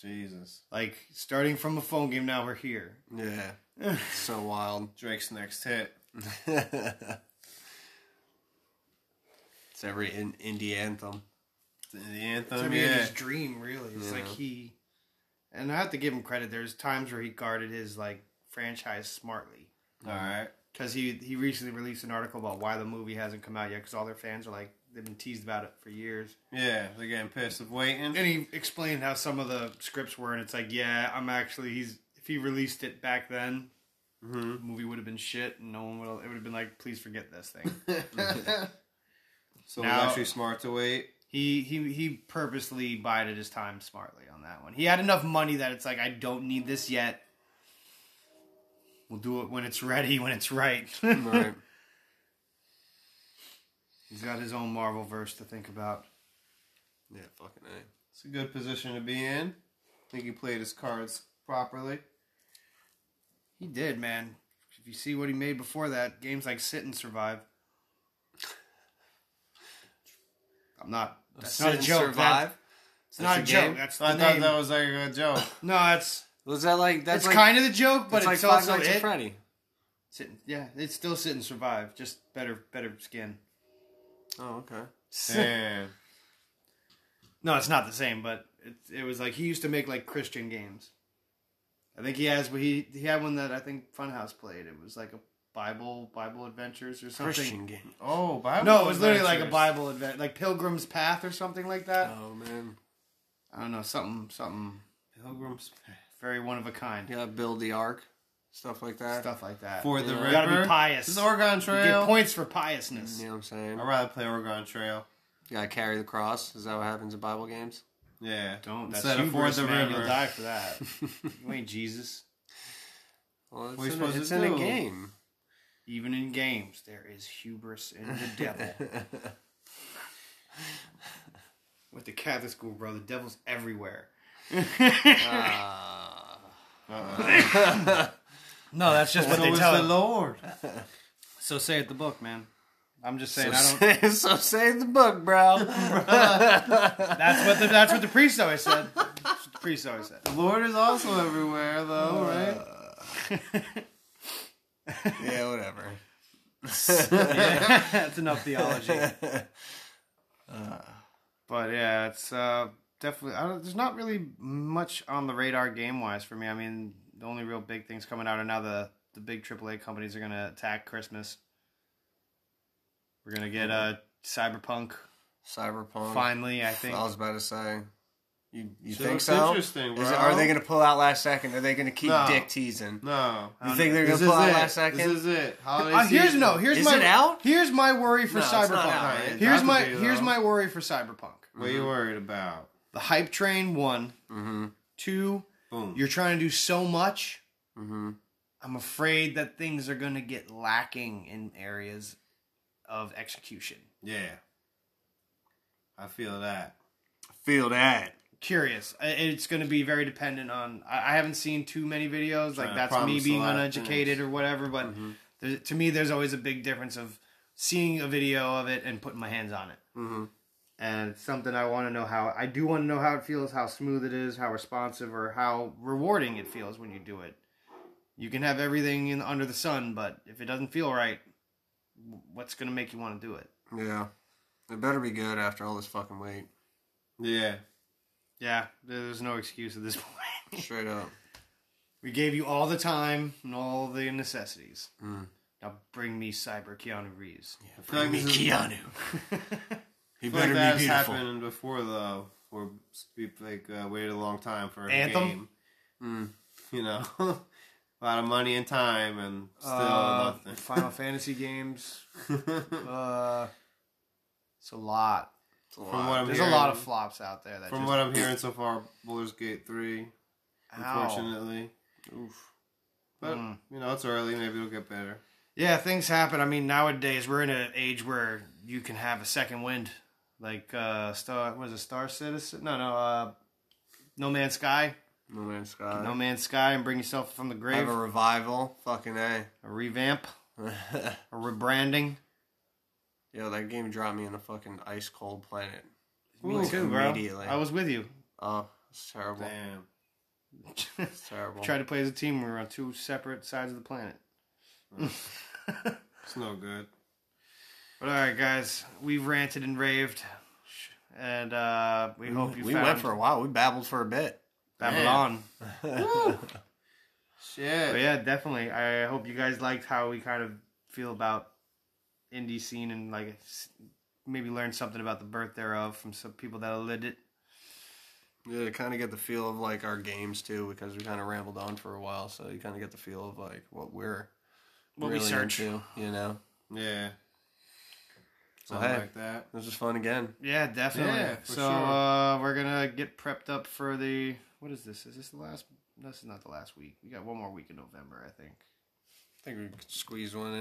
C: Jesus.
A: Like starting from a phone game, now we're here.
B: yeah, it's so wild.
C: Drake's next
B: [LAUGHS]
C: hit.
B: it's every in- indie anthem.
C: The
A: to
C: anthem,
A: be in
C: yeah.
A: his dream really it's like
B: Yeah.
A: he and i have to give him credit there's times where he guarded his like franchise smartly
C: All right.
A: because he he recently released an article about why the movie hasn't come out yet because all their fans are like they've been teased about it for years.
C: Yeah, they're getting pissed of waiting.
A: And he explained how some of the scripts were, and it's like, yeah, I'm actually he's if he released it back then,
C: hmm
A: the movie would have been shit, and no one would it would have been like, please forget this thing. [LAUGHS]
C: so
A: Now-
C: it's actually smart to wait.
A: he he he purposely bided his time smartly on that one. He had enough money that it's like, I don't need this yet. We'll do it when it's ready, when it's right. [LAUGHS]
B: Right.
A: He's got his own Marvel verse to think about.
B: Yeah, fucking A.
C: It's a good position to be in. I think he played his cards properly.
A: He did, man. If you see what he made before that, games like Sit and Survive. I'm not. That's
B: Sit
A: not a
B: and
A: joke.
B: Survive?
A: That, it's not a,
B: a
A: joke.
B: game?
A: That's the
C: I thought
A: name.
C: that was like a
A: [LAUGHS]
C: joke.
A: no, it's
B: Was that like that's
A: it's
B: like,
A: kind of the joke, but
B: that's
A: it's
B: like Five
A: also
B: Nights at
A: it.
B: Freddy.
A: Sit, and- yeah, it's still Sit and Survive, just better better skin.
B: Oh, okay.
C: Damn.
A: [LAUGHS] No, it's not the same, but it, it was like he used to make like Christian games. I think he has, but he he had one that I think Funhouse played. It was like a Bible Bible adventures or something.
B: Christian game.
C: Oh, Bible.
A: No, it was literally like a
C: Adventures.
A: Bible advent, like Pilgrim's Path or something like that.
B: Oh man,
A: I don't know, something, something
C: Pilgrim's Path.
A: very one of a kind,
B: you gotta build the ark, stuff like that.
A: stuff like that.
C: For the
B: Yeah.
C: river.
A: You gotta be pious.
C: This is Oregon
A: You get
C: Trail.
A: points for piousness.
B: You know what I'm saying?
C: I'd rather play Oregon Trail.
B: You gotta carry the cross. Is that what happens in Bible games?
C: Yeah.
A: Don't that's
C: Instead of
A: hubris,
C: for the
A: man.
C: river.
A: You'll die for that.
C: [LAUGHS]
A: you ain't Jesus.
B: Well,
C: What
B: it's
C: are you
B: in, a,
C: supposed to
B: it's in a
C: do?
B: game.
A: Even in games, there is hubris in the devil. [LAUGHS] With the Catholic school, bro, the devil's everywhere.
B: Ah.
C: Uh-uh.
A: No, that's just
C: so is the Lord.
A: So say it the book, man. I'm just saying. I
B: so, [LAUGHS]
A: don't.
B: say, so say the book, bro. [LAUGHS]
A: That's what the that's what the priest always said. That's what the priest always said.
C: The Lord is also everywhere,
A: Uh,
C: though, right?
A: [LAUGHS]
B: yeah, whatever.
A: Yeah, that's enough [LAUGHS] theology. Uh, but yeah, it's uh, definitely. I don't, there's not really much on the radar game wise for me. I mean, the only real big things coming out are now the the big AAA companies are going to attack Christmas. We're gonna get uh, Cyberpunk
B: [LAUGHS] Cyberpunk.
A: finally. I think
B: I was about to say. You, you
C: So
B: think
C: it's
B: so?
C: interesting,
B: Is it-
C: bro.
B: are they going to pull out last second? Are they going to keep
C: No.
B: dick teasing?
C: No.
B: You think they're going
C: This
B: to
C: is
B: pull out
C: it.
B: last second?
C: This is it. Holiday
A: Uh, here's
C: season.
A: no. Here's
B: Is
A: my
B: it out?
A: here's my worry for
B: No, it's not out,
A: Cyberpunk.
B: right?
C: It's
A: Here's
C: about
A: my
C: to be,
A: here's
C: though.
A: my worry for Cyberpunk.
C: What are you worried about?
A: The hype train one,
B: mm-hmm.
A: two.
C: Boom.
A: You're trying to do so much.
B: Mm-hmm.
A: I'm afraid that things are going to get lacking in areas of execution.
C: yeah. I feel that.
B: Feel that.
A: Curious. I- It's going to be very dependent on. I I haven't seen too many videos. Like
C: Trying to
A: that's me
C: promise a
A: being
C: lot of
A: uneducated
C: things.
A: or whatever. But there, to me, there's always a big difference of seeing a video of it and putting my hands on it.
B: Mm-hmm.
A: and it's something I want to know how I do want to know how it feels, how smooth it is, how responsive or how rewarding it feels when you do it. You can have everything in under the sun, but if it doesn't feel right, w- what's gonna make you want to do it?
B: Yeah. It better be good after all this fucking wait.
C: Yeah.
A: Yeah, there's no excuse at this [LAUGHS] point.
B: Straight up.
A: we gave you all the time and all the necessities.
B: Mm.
A: Now bring me cyber Keanu Reeves.
C: I feel like this is-
A: [LAUGHS]
B: He
C: I feel like that has happened before though, where people like uh, waited a long time for a
A: Anthem?
C: game. [LAUGHS]
B: Mm.
C: You know, a lot of money and time, and still
A: Uh,
C: nothing.
A: Final Fantasy games. Uh, it's a lot.
B: It's a lot.
C: From what I'm
A: There's a
C: hearing,
A: lot of flops out there. That
C: [LAUGHS] from
A: just,
C: what I'm hearing so far, Baldur's Gate three,
A: Ow.
C: unfortunately.
B: Oof.
C: But
A: Mm.
C: you know, it's early. Maybe it'll get better.
A: Yeah, things happen. I mean, nowadays we're in an age where you can have a second wind, like uh Star was a Star Citizen. No, no, uh No Man's Sky.
B: No Man's
C: Uh,
B: Sky.
A: No Man's Sky, and bring yourself from the grave.
B: Have a
A: A
B: revival. Fucking A. [LAUGHS]
A: revamp, a rebranding.
B: Yo, that game dropped me on a fucking ice cold planet.
A: Me too, bro.
B: immediately.
A: I was with
B: [LAUGHS]
A: you.
B: Oh, it's terrible.
C: Damn.
B: It's terrible.
A: Tried to play as a team. We were on two separate sides of the
B: [LAUGHS]
A: planet.
C: It's no good.
A: But all right, guys, we've ranted and raved, and uh we hope you
B: we
A: found
B: went for a while. We babbled for a bit.
A: Babylon.
C: Shit.
A: But yeah, definitely. I hope you guys liked how we kind of feel about indie scene and like s- maybe learn something about the birth thereof from some people that lived it.
B: [LAUGHS] Yeah, to kind of get the feel of like our games too, because we kind of rambled on for a while. So you kind of get the feel of like what we're
A: What we search.
B: into, you know.
C: Yeah. Something
B: hey.
C: like that.
B: This was fun again.
A: Yeah, definitely.
C: Yeah, for
A: so
C: sure.
A: uh, we're gonna get prepped up for the what is this? Is this the last? no, This is not the last week. We got one more week in November, I think.
B: I think we could squeeze one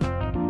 B: in.